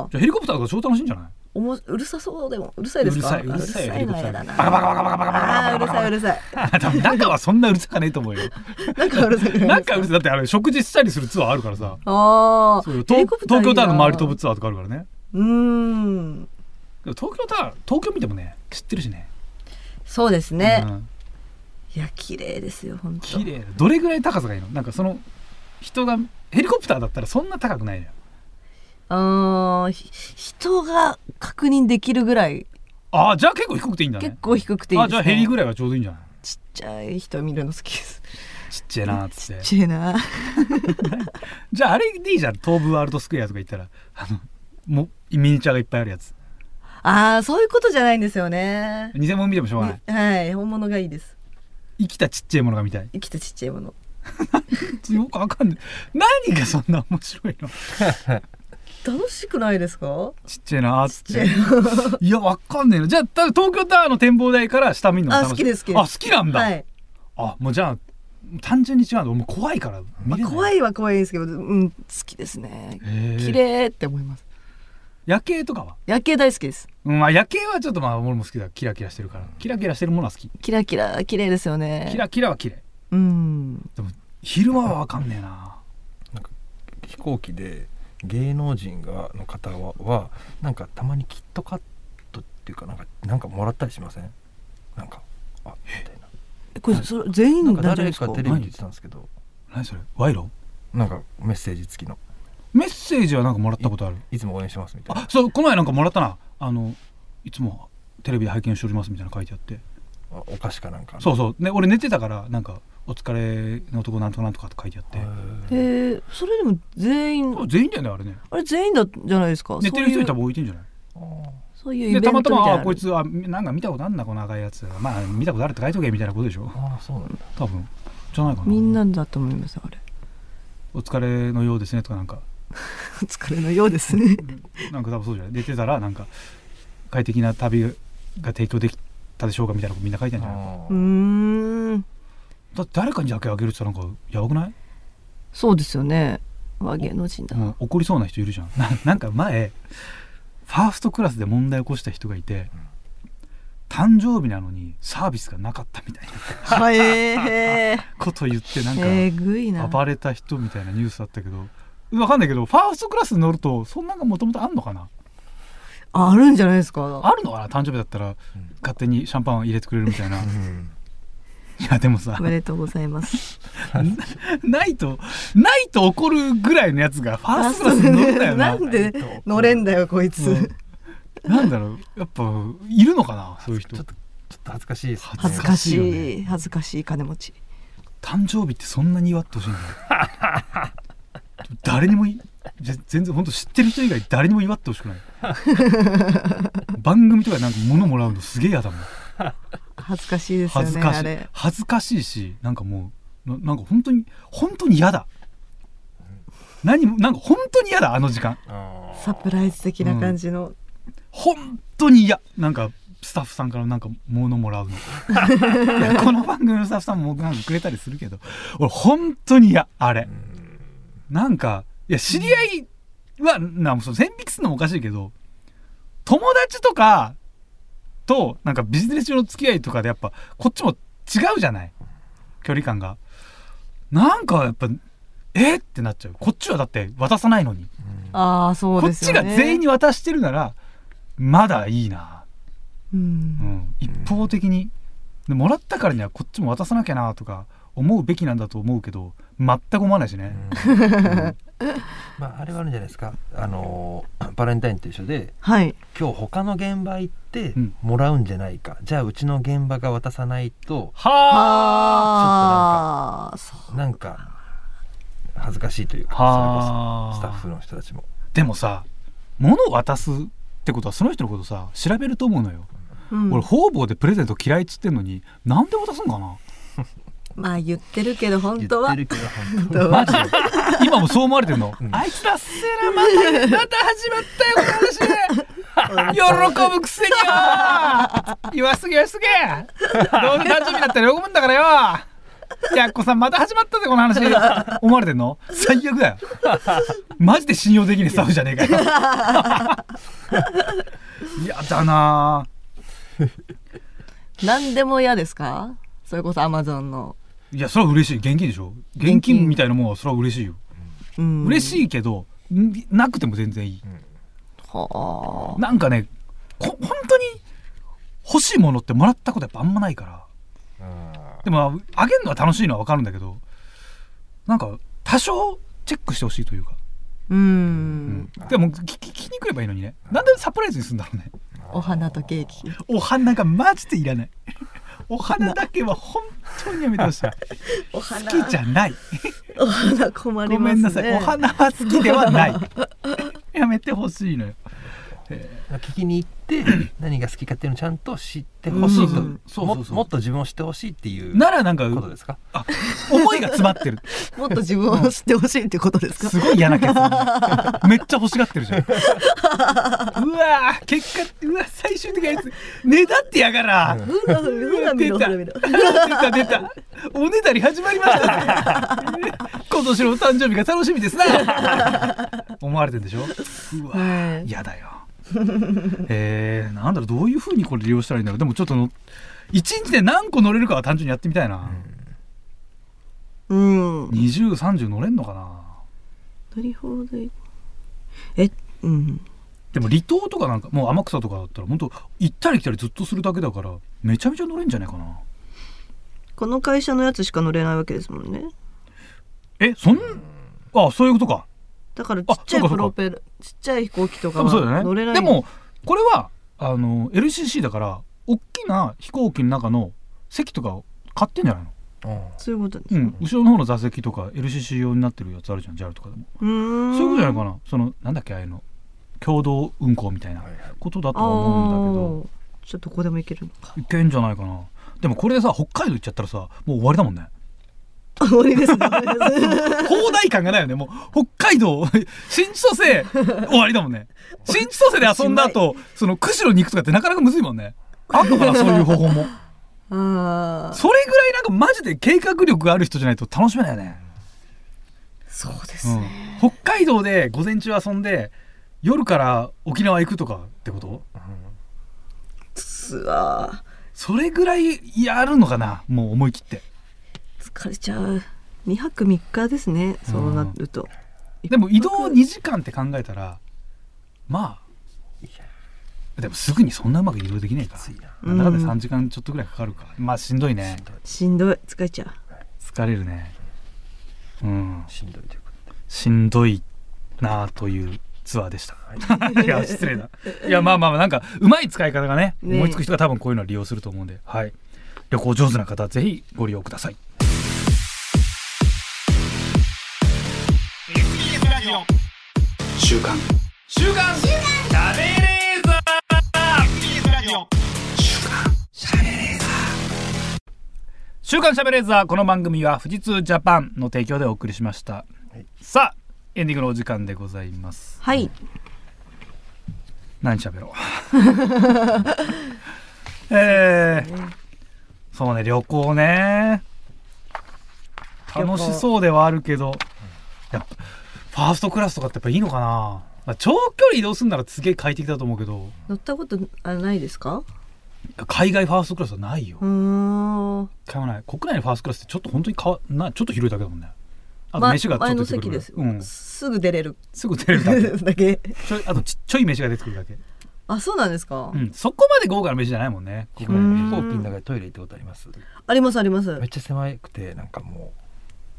S3: ああ
S2: じゃあヘリコプターが超楽しいんじゃない
S3: おもうるさそうでもうるさいですか
S2: うるさいうるさい
S3: あうるさいのやだな
S2: バカバカバカバカバカバカ
S3: あーうるさいうるさい
S2: 多分中はそんなうるさかねえと思うよ
S3: なんかうるさくな
S2: ないんかうるさいだってあれ食事したりするツアーあるからさ
S3: ああ
S2: そうよ東東京タワーの周り飛ぶツアーとかあるからね
S3: うーん
S2: でも東京タワー東京見てもね知ってるしね
S3: そうですね、
S2: うん
S3: いや綺麗ですよ本当
S2: 綺麗どれぐらい高さがいいのなんかその人がヘリコプターだったらそんな高くないのよ
S3: あーひ人が確認できるぐらい
S2: ああじゃあ結構低くていいんだね
S3: 結構低くていい
S2: あ
S3: です、ね、
S2: じゃあヘリぐらいはちょうどいいんじゃない
S3: ちっちゃい人見るの好きです
S2: ちっちゃいなーっつって
S3: ちっちゃいな
S2: じゃああれでいいじゃん東武ワールドスクエアとか行ったらあのもミニチュアがいっぱいあるやつ
S3: あーそういうことじゃないんですよね
S2: 偽物見てもしょうがない
S3: はい本物がいいです
S2: 生きたちっちゃいものが見たい
S3: 生きたちっちゃいもの
S2: よくわかんない何がそんな面白いの
S3: 楽しくないですか
S2: ちっちゃいなーっつ
S3: ちっちゃい
S2: っていやわかんねえなじゃあた東京タワーの展望台から下見るのも
S3: あ
S2: 楽しい
S3: 好きです好きです
S2: あ好きなんだ、
S3: はい、
S2: あもうじゃあ単純に違うんだ俺もう怖いから見
S3: ま
S2: れ
S3: あ、
S2: ない、
S3: 怖いは怖いですけどうん好きですね
S2: へえ
S3: 綺麗って思います
S2: 夜景とかは
S3: 夜景大好きです
S2: うん、まあ夜景はちょっとまあ俺も好きだキラキラしてるからキラキラしてるものは好き
S3: キラキラ綺麗ですよね
S2: キラキラは綺麗
S3: うん
S2: でも昼間はわかんねえな
S4: 飛行機で芸能人がの方ははなんかたまにキットカットっていうかなんかなんかもらったりしませんなんかあみたいな
S3: これそれ全員な
S4: な
S3: んん
S4: か
S3: じゃない
S4: 誰
S3: ですか
S4: かテレビで言ってたんですけど
S2: 何それ賄賂
S4: なんかメッセージ付きの
S2: メッセージはなんかもらったことある
S4: いつも応援してますみたい
S2: あ
S4: な
S2: そうこの前なんかもらったなあのいつもテレビで拝見しておりますみたいなの書いてあって
S4: あお菓子かなんか
S2: そううそうね俺寝てたからなんか「お疲れのとこなんとかなんとか」って書いてあって
S3: へーそれでも全員
S2: あ全員だよねあれね
S3: あれ全員だじゃないですか
S2: 寝てる人に多
S3: そういう
S2: 分置いてんじゃない
S3: そういうイベ
S2: で
S3: ント
S2: たま
S3: み
S2: た
S3: た
S2: ま
S3: いな
S2: 「
S3: の
S2: あこいつはなんか見たことあんなこの赤いやつまあ見たことあるって書いとけ」みたいなことでし ょ
S4: ああそうなんだ
S2: 多分じゃないかな
S3: みんなだと思いますあれ
S2: お疲れのようですねとかなんか
S3: お 疲れのようですね
S2: なんか多分そうじゃない寝てたらなんか快適な旅が提供できたでしょうかみたいなことみんな書いてんじゃない
S4: あ
S3: うー
S4: ー
S3: ん
S2: だって誰かに夜景あげるって言ったらなんかやばくない、
S3: そうですよね和芸能人だ
S2: うん怒りそうな人いるじゃんななんか前ファーストクラスで問題起こした人がいて誕生日なのにサービスがなかったみたいな
S3: はえ
S2: こと言ってなん
S3: ー、
S2: か
S3: えぐいな
S2: 暴れた人みたいなニュースあったけどわかんないけどファーストクラスに乗るとそんなんがもともとあんのかな
S3: ああるんじゃないですか
S2: あるのかな誕生日だったら
S4: うん
S2: 勝手にシャンパン入れてくれるみたいな
S4: う
S2: い
S4: ん
S2: やでもさ
S3: おめでとうございます
S2: ないとないと怒るぐらいのやつがファーストクラスに乗るんだよな
S3: なんで乗れんだよこいつ、
S2: うん なんだろうやっぱいるのかなそういう人
S4: ちょっとちょっと恥ずかしいですね
S3: 恥ずかしい
S2: 恥
S3: 恥
S2: ずかしい
S3: ず,、かしい金持ち
S2: 誕生日ってそんなに祝ってほしいんだよ 誰にもいじゃ全然本当知ってる人以外誰にも祝ってほしく ない番組とかでなんか物もらうのすげえ嫌だもん
S3: 恥ずかしいですよ
S2: 恥ず
S3: ね
S2: かし
S3: あ
S2: い
S3: れ
S2: 恥ずかしいしなんかもうななんか本当に本当に嫌だ何もなんか本当に嫌だあの時間
S4: あー
S3: サプライズ的な感じの、
S2: 本当に嫌なんかスタッフさんからなんか物もらうのいやこの番組のスタッフさんも僕なんかくれたりするけど俺本当に嫌あれなんかいや知り合いはなんかその線引きするのもおかしいけど友達とかとなんかビジネス上の付き合いとかでやっぱこっちも違うじゃない距離感がなんかやっぱえっってなっちゃうこっちはだって渡さないのに
S3: ああそう
S2: こ
S3: で
S2: っ
S3: す
S2: ち
S3: よね
S2: が全員に渡してるならまだいいな、
S3: う
S2: うんん、一方的にでもらったからにはこっちも渡さなきゃなとか思うべきなんだと思うけど全く思わないしね、
S4: うん
S2: うん
S4: まああれはあるんじゃないですかあのーバレンタインと一緒で
S3: はい
S4: 今日他の現場行って
S2: うん
S4: もらうんじゃないか、じゃあうちの現場が渡さないと
S2: はあ
S3: ああそう
S4: なんか恥ずかしいというか
S2: はあ
S4: それこそスタッフの人たちも
S2: でもさ物を渡すってことはその人のことさ調べると思うのよ、
S3: うん
S2: 俺方々でプレゼント嫌いっつってんのになんで渡すんかな
S3: まあ言ってるけど本
S4: 言っ
S3: 当は
S4: てるけど本当
S3: 本
S4: は
S3: 当は
S2: マジで今もそう思われてんの、
S4: うん
S2: あいつだっせえなまたまた始まったよこの話喜ぶくせによ言わしとけ言わしとけどうせ誕生日だったら喜ぶんだからよやっこさんまた始まったぜこの話思われてんの最悪だよマジで信用できねえスタッフじゃねえかよやだなあ
S3: 何でも嫌ですかそれこそアマゾンの、
S2: いやそれは嬉しい現金でしょ現
S3: 現
S2: 金
S3: 金
S2: みたいなもんはそれは嬉しいよ、
S3: うん、
S2: 嬉
S3: い
S2: しいけどんなくても全然いい
S3: はあ
S2: なんかね、こ本当に欲しいものってもらったことやっぱあんまないから。
S4: あ
S2: でも、あげるのは楽しいのはわかるんだけど、なんか、多少チェックしてほしいというか。
S3: うん、
S2: でも、聞き聞きに来ればいいのにね。なんでサプライズにするんだろうね。
S3: お花とケーキ
S2: お花がマジでいらない。 お花だけは本当にやめてほしい。
S3: お花
S2: 好きじゃない。
S3: お花困り
S2: ご
S3: ますね
S2: めんなさい。お花は好きではない。 やめてほしいのよ。
S4: ー聞きに行 って何が好きかっていうのをちゃんと知ってほし
S3: う
S4: い
S3: ん
S2: そ
S4: と
S2: うそう
S4: も
S2: そう
S4: もっと自分を知ってほしいっていう
S2: ならなんか、
S4: ことですか
S2: あ思いが詰まってる。
S3: もっと自分を知ってほしいってことですか
S2: すごい嫌なケースめっちゃ欲しがってるじゃんうわー結果うわ最終的なやつねだってやがら、
S4: うん
S3: ふなふなみ
S2: 出
S3: ろふ
S2: た
S3: な
S2: 出
S3: みろ
S2: た出たおねだり始まりましたね今年のお誕生日が楽しみですな思われてんでしょうわー
S3: はい
S2: 嫌だよえー、なんだろうどういうふうにこれ利用したらいいんだろうでもちょっとの一日で何個乗れるかは単純にやってみたいな、
S3: うん
S2: 2030乗れんのかな
S3: なるほどえうん
S2: でも離島とかなんかもう天草とかだったら本当行ったり来たりずっとするだけだからめちゃめちゃ乗れんじゃないかな
S3: この会社のやつしか乗れないわけですもんね
S2: えそんあそういうことか
S3: だからち
S2: あ
S3: っちゃい
S2: そうかそうか
S3: プロペラちっちゃい飛行機と
S2: 多
S3: か
S2: 分そうだ
S3: は
S2: よ
S3: 乗れ
S2: ね
S3: ない
S2: でもこれはあの LCC だから大きな飛行機の中の席とかを買ってんじゃないの
S3: そういうことです
S2: う
S3: か
S2: ん後ろの方の座席とか LCC 用になってるやつあるじゃん JAL とかでも
S3: うーん
S2: そういうことじゃないかなそのなんだっけああいうの共同運行みたいな
S4: はいはい
S2: ことだと
S3: あ
S2: は思うんだけど、
S3: ーじゃあどこでも行けるのか
S2: いけんじゃないかなでもこれでさ北海道行っちゃったらさもう終わりだもんね
S3: 終わりですね終わりです
S2: 広大感がないよねもう北海道 新千歳終わりだもんね新千歳で遊んだ 後その釧路に行くとかってなかなかむずいもんねあんのかなそういう方法も
S3: ああ
S2: それぐらいなんかマジで計画力がある人じゃないと楽しめないよね、
S3: そうで
S2: う
S3: す
S2: ん
S3: ね、
S2: 北海道で午前中遊んで夜から沖縄行くとかってこと
S3: つわ
S2: それぐらいやるのかなもう思い切って
S3: ー疲れちゃう2泊3日ですねそうなると、
S2: でも移動2時間って考えたらまあでもすぐにそんなうまく移動できないか
S4: ついな
S2: なんだかんだ3時間ちょっとぐらいかかるか、まあしんどいね
S3: しんどい疲れちゃう
S2: 疲れるねうん
S4: しんどいというこ
S2: しんどいなあというツアーでした いや失礼ないやまあまあまあなんかうまい使い方がね
S3: ね
S2: 思いつく人が多分こういうのは利用すると思うんで、はい、旅行上手な方はぜひご利用ください
S5: SBS ラジオ
S1: 週刊
S2: 週刊しゃべれーザー週刊しゃべれーザーこの番組は富士通ジャパンの提供でお送りしました、さあエンディングのお時間でございます
S3: はい
S2: 何しゃべろうえー、そうね旅行ね
S3: 旅行
S2: 楽しそうではあるけどやっぱファーストクラスとかってやっぱいいのかなまあ長距離移動するならすげえ快適だと思うけど
S3: 乗ったことあないですか
S2: 海外ファーストクラスはないよ
S3: うーんま
S2: 一回もない国内のファーストクラスってちょっと本当にかわなちょっと広いだけだもんねあと
S3: 前
S2: 飯がちょっと
S3: の
S2: 出てくるぐ
S3: 席
S2: らい
S3: です、
S2: うん、す
S3: すぐ出れる
S2: ぐ出れるだけ
S3: だけ
S2: ちょいあとちちょい飯が出てくるだけ、
S3: あそうなんですか、
S2: うん、そこまで豪華な飯じゃないもんね
S4: 飛
S2: 国
S4: 行
S2: 内
S4: 機
S2: の
S3: うん
S4: の中でトイレ行ったことあります
S3: ありますあります
S4: めっちゃ狭くてなんかも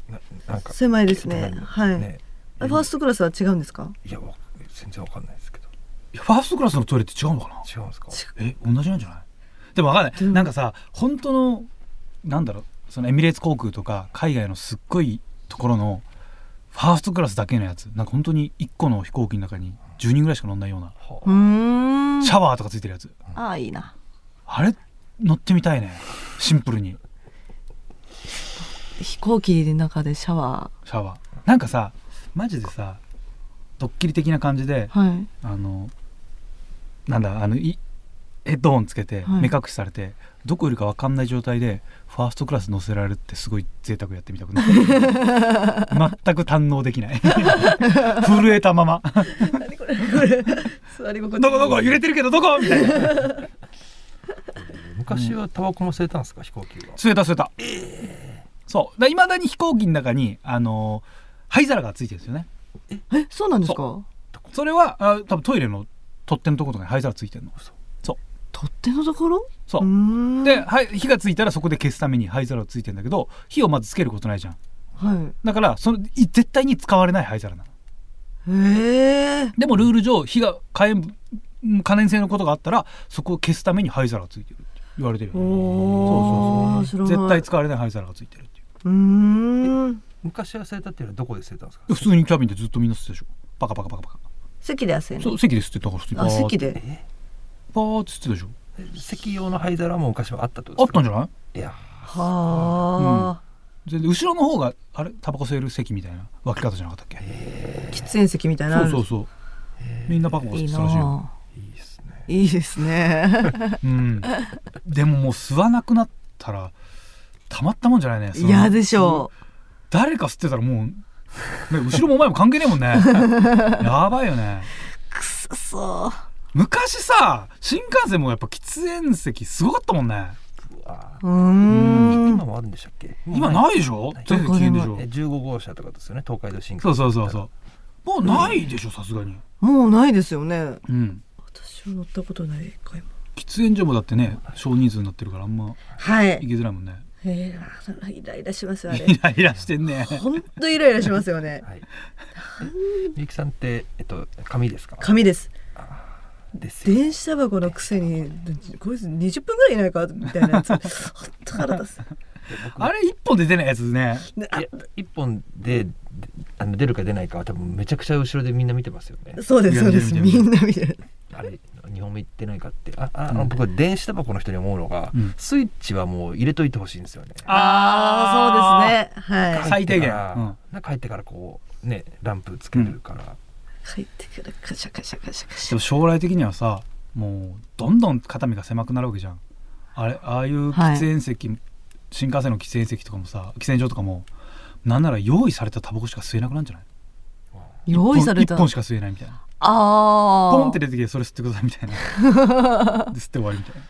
S4: うななんか
S3: 狭いですね
S4: 汚
S3: はい
S4: ね
S3: ファーストクラスは違うんですか
S4: いやわ全然わかんないですけど
S2: いやファーストクラスのトイレって違うのかな
S4: 違うんですか
S2: え同じなんじゃないでもわかんない、
S3: うん
S2: なんかさ本当のなんだろうそのエミレーツ航空とか海外のすっごいところのファーストクラスだけのやつなんか本当に1個の飛行機の中に10人ぐらいしか乗んないような
S4: は
S3: うーん
S2: シャワーとかついてるやつ
S3: ああいいな
S2: あれ乗ってみたいねシンプルに
S3: 飛行機の中でシャワ
S2: シャワーなんかさマジでさドッキリ的な感じで
S3: ーはい
S2: あのなんだあのいヘッドホンつけて
S3: はい
S2: 目隠しされて、どこいるか分かんない状態でファーストクラス乗せられるってすごい贅沢やってみたく ない全く堪能できない震えたまま
S3: 何これこれ座り心地
S2: どこどこ揺れてるけどどこみたいな
S4: 昔はタバコも吸えたんですか飛行機は
S2: 吸えた吸えた、そうだいまだに飛行機の中にあの灰皿がついてるんですよね
S3: えそうなんですか
S2: それはあ多分トイレの取っ手のとことかに灰皿ついてるの
S3: 取っ手のところ
S2: そう
S3: うーん
S2: で、はい、火がついたらそこで消すために灰皿をついてんだけど火をまずつけることないじゃん
S3: は
S2: だからそのい絶対に使われない灰皿なの
S3: いへえ
S2: でもルール上火が火炎うん可燃性のことがあったらそこを消すために灰皿がついてるって言われてるよね
S3: おお
S2: そうそうそう絶対
S3: う
S2: 使われない灰皿がついてるっていう
S3: ーん
S4: 昔は吸えたっていうのはどこで吸えたんですか
S2: 普通にキャビンでずっとみんな吸ってたでしょパカパカパカパカ
S3: 席で汗
S2: そう
S3: の
S2: 席で吸ってたから普通に
S3: あ
S2: パーっ
S3: 席
S2: て
S3: で
S2: パーって吸ってたでしょ
S4: 席用の灰皿も昔はあったって
S2: あ
S4: こ
S2: っ
S4: と
S2: たん
S4: です
S2: じゃない
S4: かいや
S3: はあ、
S2: 全然後ろの方があれタバコ吸える席みたいな分け方じゃなかったっけ
S3: 喫煙席みたいなのあ
S2: そう
S3: る
S2: そうそうみんなパカパカ吸っ
S3: いい
S2: てたらしいよ
S3: ない
S4: いですね
S3: いいですね
S2: うん、でももう吸わなくなったらたまったもんじゃない ねその
S3: 嫌でしょ
S2: 誰か吸ってたらもう、ね、後ろも前も関係ねえもんねやばいよね
S3: うくそそう
S2: 昔さ新幹線もやっぱ喫煙席すごかったもんね
S4: うわ
S3: う
S4: ー
S3: ーん
S4: 今もあるんでしたっけ
S2: 今ないでしょ
S4: ない
S2: 全部禁煙でしょ
S4: え15号車とかですよね東海道新幹
S2: そ
S4: 線
S2: うそうそうそうもうないでしょさすがに
S3: もうないですよね
S2: うん
S3: 私は乗ったことない一回も
S2: 喫煙所もだってね少人数になってるからあんま
S3: はい
S2: 行きづらいもんね
S3: えーあ、それはイライラしますよあれ
S2: イライラしてんね
S3: ほんとイライラしますよね
S4: はいえみゆきさんってえっと紙ですか
S3: 紙です
S4: ですよ
S3: 電子タバコのくせにこいつ20分ぐらいいないかみたいなやつほんと腹立つ
S2: あれ一本で出ないやつね
S3: ね
S4: いや一本でであの出るか出ないかは多分めちゃくちゃ後ろでみんな見てますよね
S3: あそうですそうです
S2: 見
S3: み
S2: てる
S3: んな見てる
S4: あれ日本目行ってないかってあああ
S2: う
S4: の
S2: ん
S4: 僕は電子タバコの人に思うのが、
S2: うん
S4: スイッチはもう入れといてほしいんですよね
S3: ああそうですねはい
S2: 最低限
S4: 入ってから
S2: うん
S4: なんか入ってからこうねランプつけてるから、
S3: 入ってくるカシャカシャカシャカシ
S2: でも
S3: ャ
S2: 将来的にはさもうどんどん肩身が狭くなるわけじゃんあれああいう
S3: は
S2: 喫
S3: い
S2: 煙席、新幹線の喫煙席とかもさ喫煙所とかもなんなら用意されたタバコしか吸えなくなるんじゃない
S3: 用意された
S2: 1本しか吸えないみたいな
S3: ああ
S2: ポンって出てきてそれ吸ってくださいみたいな で吸って終わりみたいな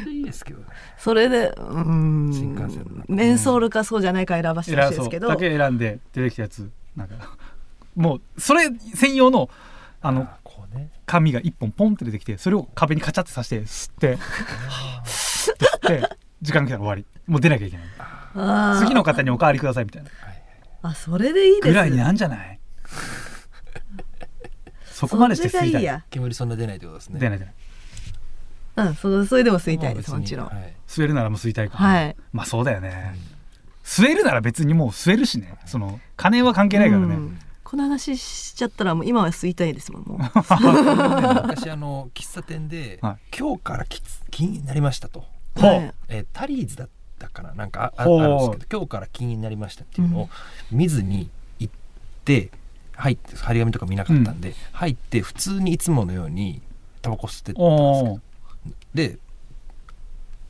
S4: それいいですけどね
S3: それでうーん
S4: 新幹線の中
S3: メンソールか そうじゃないか選ばせて
S2: 偉
S3: ほしいで
S2: そ
S3: す
S2: う
S3: けど
S2: だけ選んで出てきたやつなんかもうそれ専用のあの
S4: あこうね
S2: 紙が1本ポンって出てきてそれを壁にカチャって刺して吸 って吸って時間が来たら終わりもう出なきゃいけない
S3: あー
S2: 次の方にお代わりくださいみたいな
S3: あそれでいいです
S2: ぐらいになんじゃないそこまでして
S3: それ
S2: 吸い
S3: が
S2: た
S3: いい
S2: い
S3: や
S4: 煙そんな出ないってことですね
S2: 出ない出ない
S3: うんそのそれでも吸いたいです
S4: 別
S3: も
S4: に
S3: ちろん
S4: はい
S2: 吸えるならもう吸いたいから、
S3: はい
S2: まあそうだよね吸えるなら別にもう吸えるしねその金は関係ないからね、
S3: うんこの話しちゃったらもう今は吸いたいですもん もう
S4: 昔あの喫茶店で、
S2: は
S4: 今日からきつ気になりましたと、
S2: ほう
S3: はい
S4: えータリーズだったかななんかああある
S2: ほうん
S4: ですけど今日から気になりましたっていうのを見ずに行って入って張り紙とか見なかったんで、入って普通にいつものようにタバコ吸ってたんですけ
S2: お
S4: ど
S2: ー
S4: で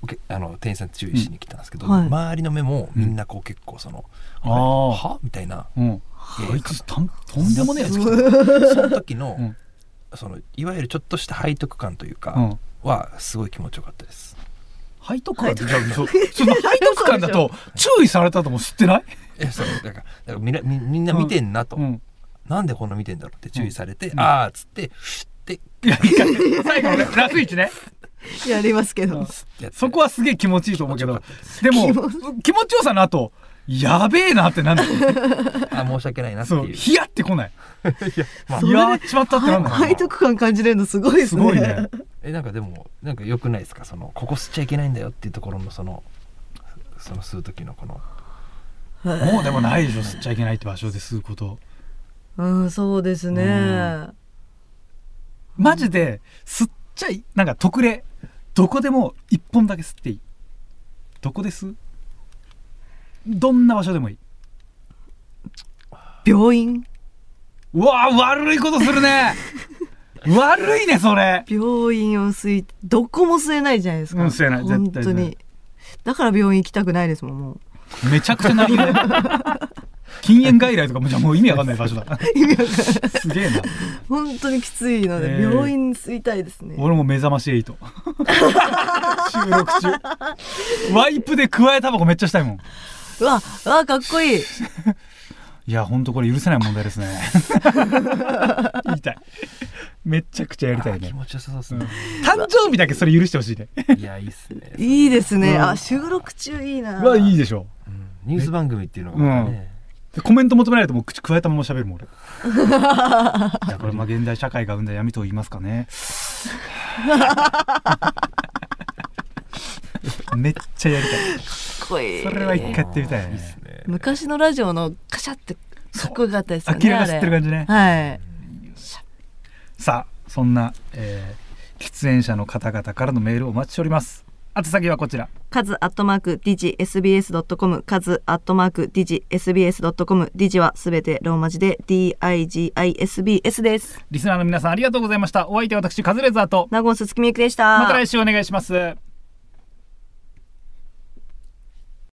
S4: おけあの店員さん注意しに来たんですけど、
S3: うんはい
S4: 周りの目もみんなこう結構その「
S2: うん
S4: あれ
S2: あー
S4: は?」みたいな
S2: うん
S4: いや
S2: あいつとんとんでもねえやつ来た
S4: その時の,、
S2: うん
S4: そのいわゆるちょっとした背徳感という
S2: う
S4: か
S2: ん
S4: はすごい気持ちよかったです。
S2: 背徳感ってじゃあそその背徳感だと注意されたとも知ってない
S4: えそうだからだからみんなみみんな見てんなと、
S2: うん
S4: なんでこんな見てんだろうって注意されて、
S2: ん
S4: あーっつってシュッて
S2: いや一回最後のねラスイチね
S3: やりますけど、
S2: うん
S4: やって
S2: そこはすげえ気持ちいいと思うけどでも
S3: 気持
S2: 気持ちよさの後やべえなって なんだ
S4: あ申し訳ないなって
S2: そう
S4: いう
S2: ヒヤってこない
S4: まあ
S2: いやーっちまったってなんだ
S3: は背徳感感じれるのすごいです
S2: す
S3: ね
S2: ごいね
S4: えなんかでもなんか良くないですかそのここ吸っちゃいけないんだよっていうところのそのその吸う時のこの
S2: もうでもないでしょ吸っちゃいけないって場所で吸うこと
S3: うんそうですね、
S2: うんマジで吸っちゃいなんか特例どこでも一本だけ吸っていいどこで吸うどんな場所でもいい
S3: 病院
S2: うわー悪いことする ね悪いねそれ
S3: 病院を吸いどこも吸えないじゃないですか、
S2: うん吸えない
S3: 本
S2: 絶対吸
S3: 当
S2: えない
S3: にだから病院行きたくないですもんもう
S2: めちゃくちゃなり ね禁煙外来とかもじゃあもう意味わかんない場所だすげえな
S3: 本当にきついので、
S2: えー
S3: 病院吸いたいですね
S2: 俺も目覚まし8収録中ワイプで加えタバコめっちゃしたいもん
S3: うわうわかっこいい
S2: いやほんとこれ許せない問題 ですね言いたいめちゃくちゃやりた
S4: あ
S2: い
S4: ー気
S2: ね
S4: 持ちよさそうですね、
S2: 誕生日だけそれ許してほしいね
S4: いやいいっすね、
S3: いいですね、
S2: うん
S3: あ収録中いいな
S2: うわいいでしょ
S4: うんニュース番組っていうのがまたね、
S2: でコメント求められても口加えたまま喋るもん俺いやこれまあ現代社会が生んだ闇と言いますかねめっちゃやりたい
S3: かっこいい
S2: それは一回やってみたいね
S4: いいっすね
S3: 昔のラジオのカシャってかっこよかったですよね
S2: 明らか知ってる感じね
S3: あれはい
S2: さあそんな、えー喫煙者の方々からのメールをお待ちしております宛先はこちら
S3: カズアットマーク digsbs.com カズアットマーク digsbs.com ディジはすべてローマ字で digisbs です
S2: リスナーの皆さんありがとうございましたお相手は私カズレーザーと
S3: 名古屋鈴木みゆきでした
S2: また来週お願いします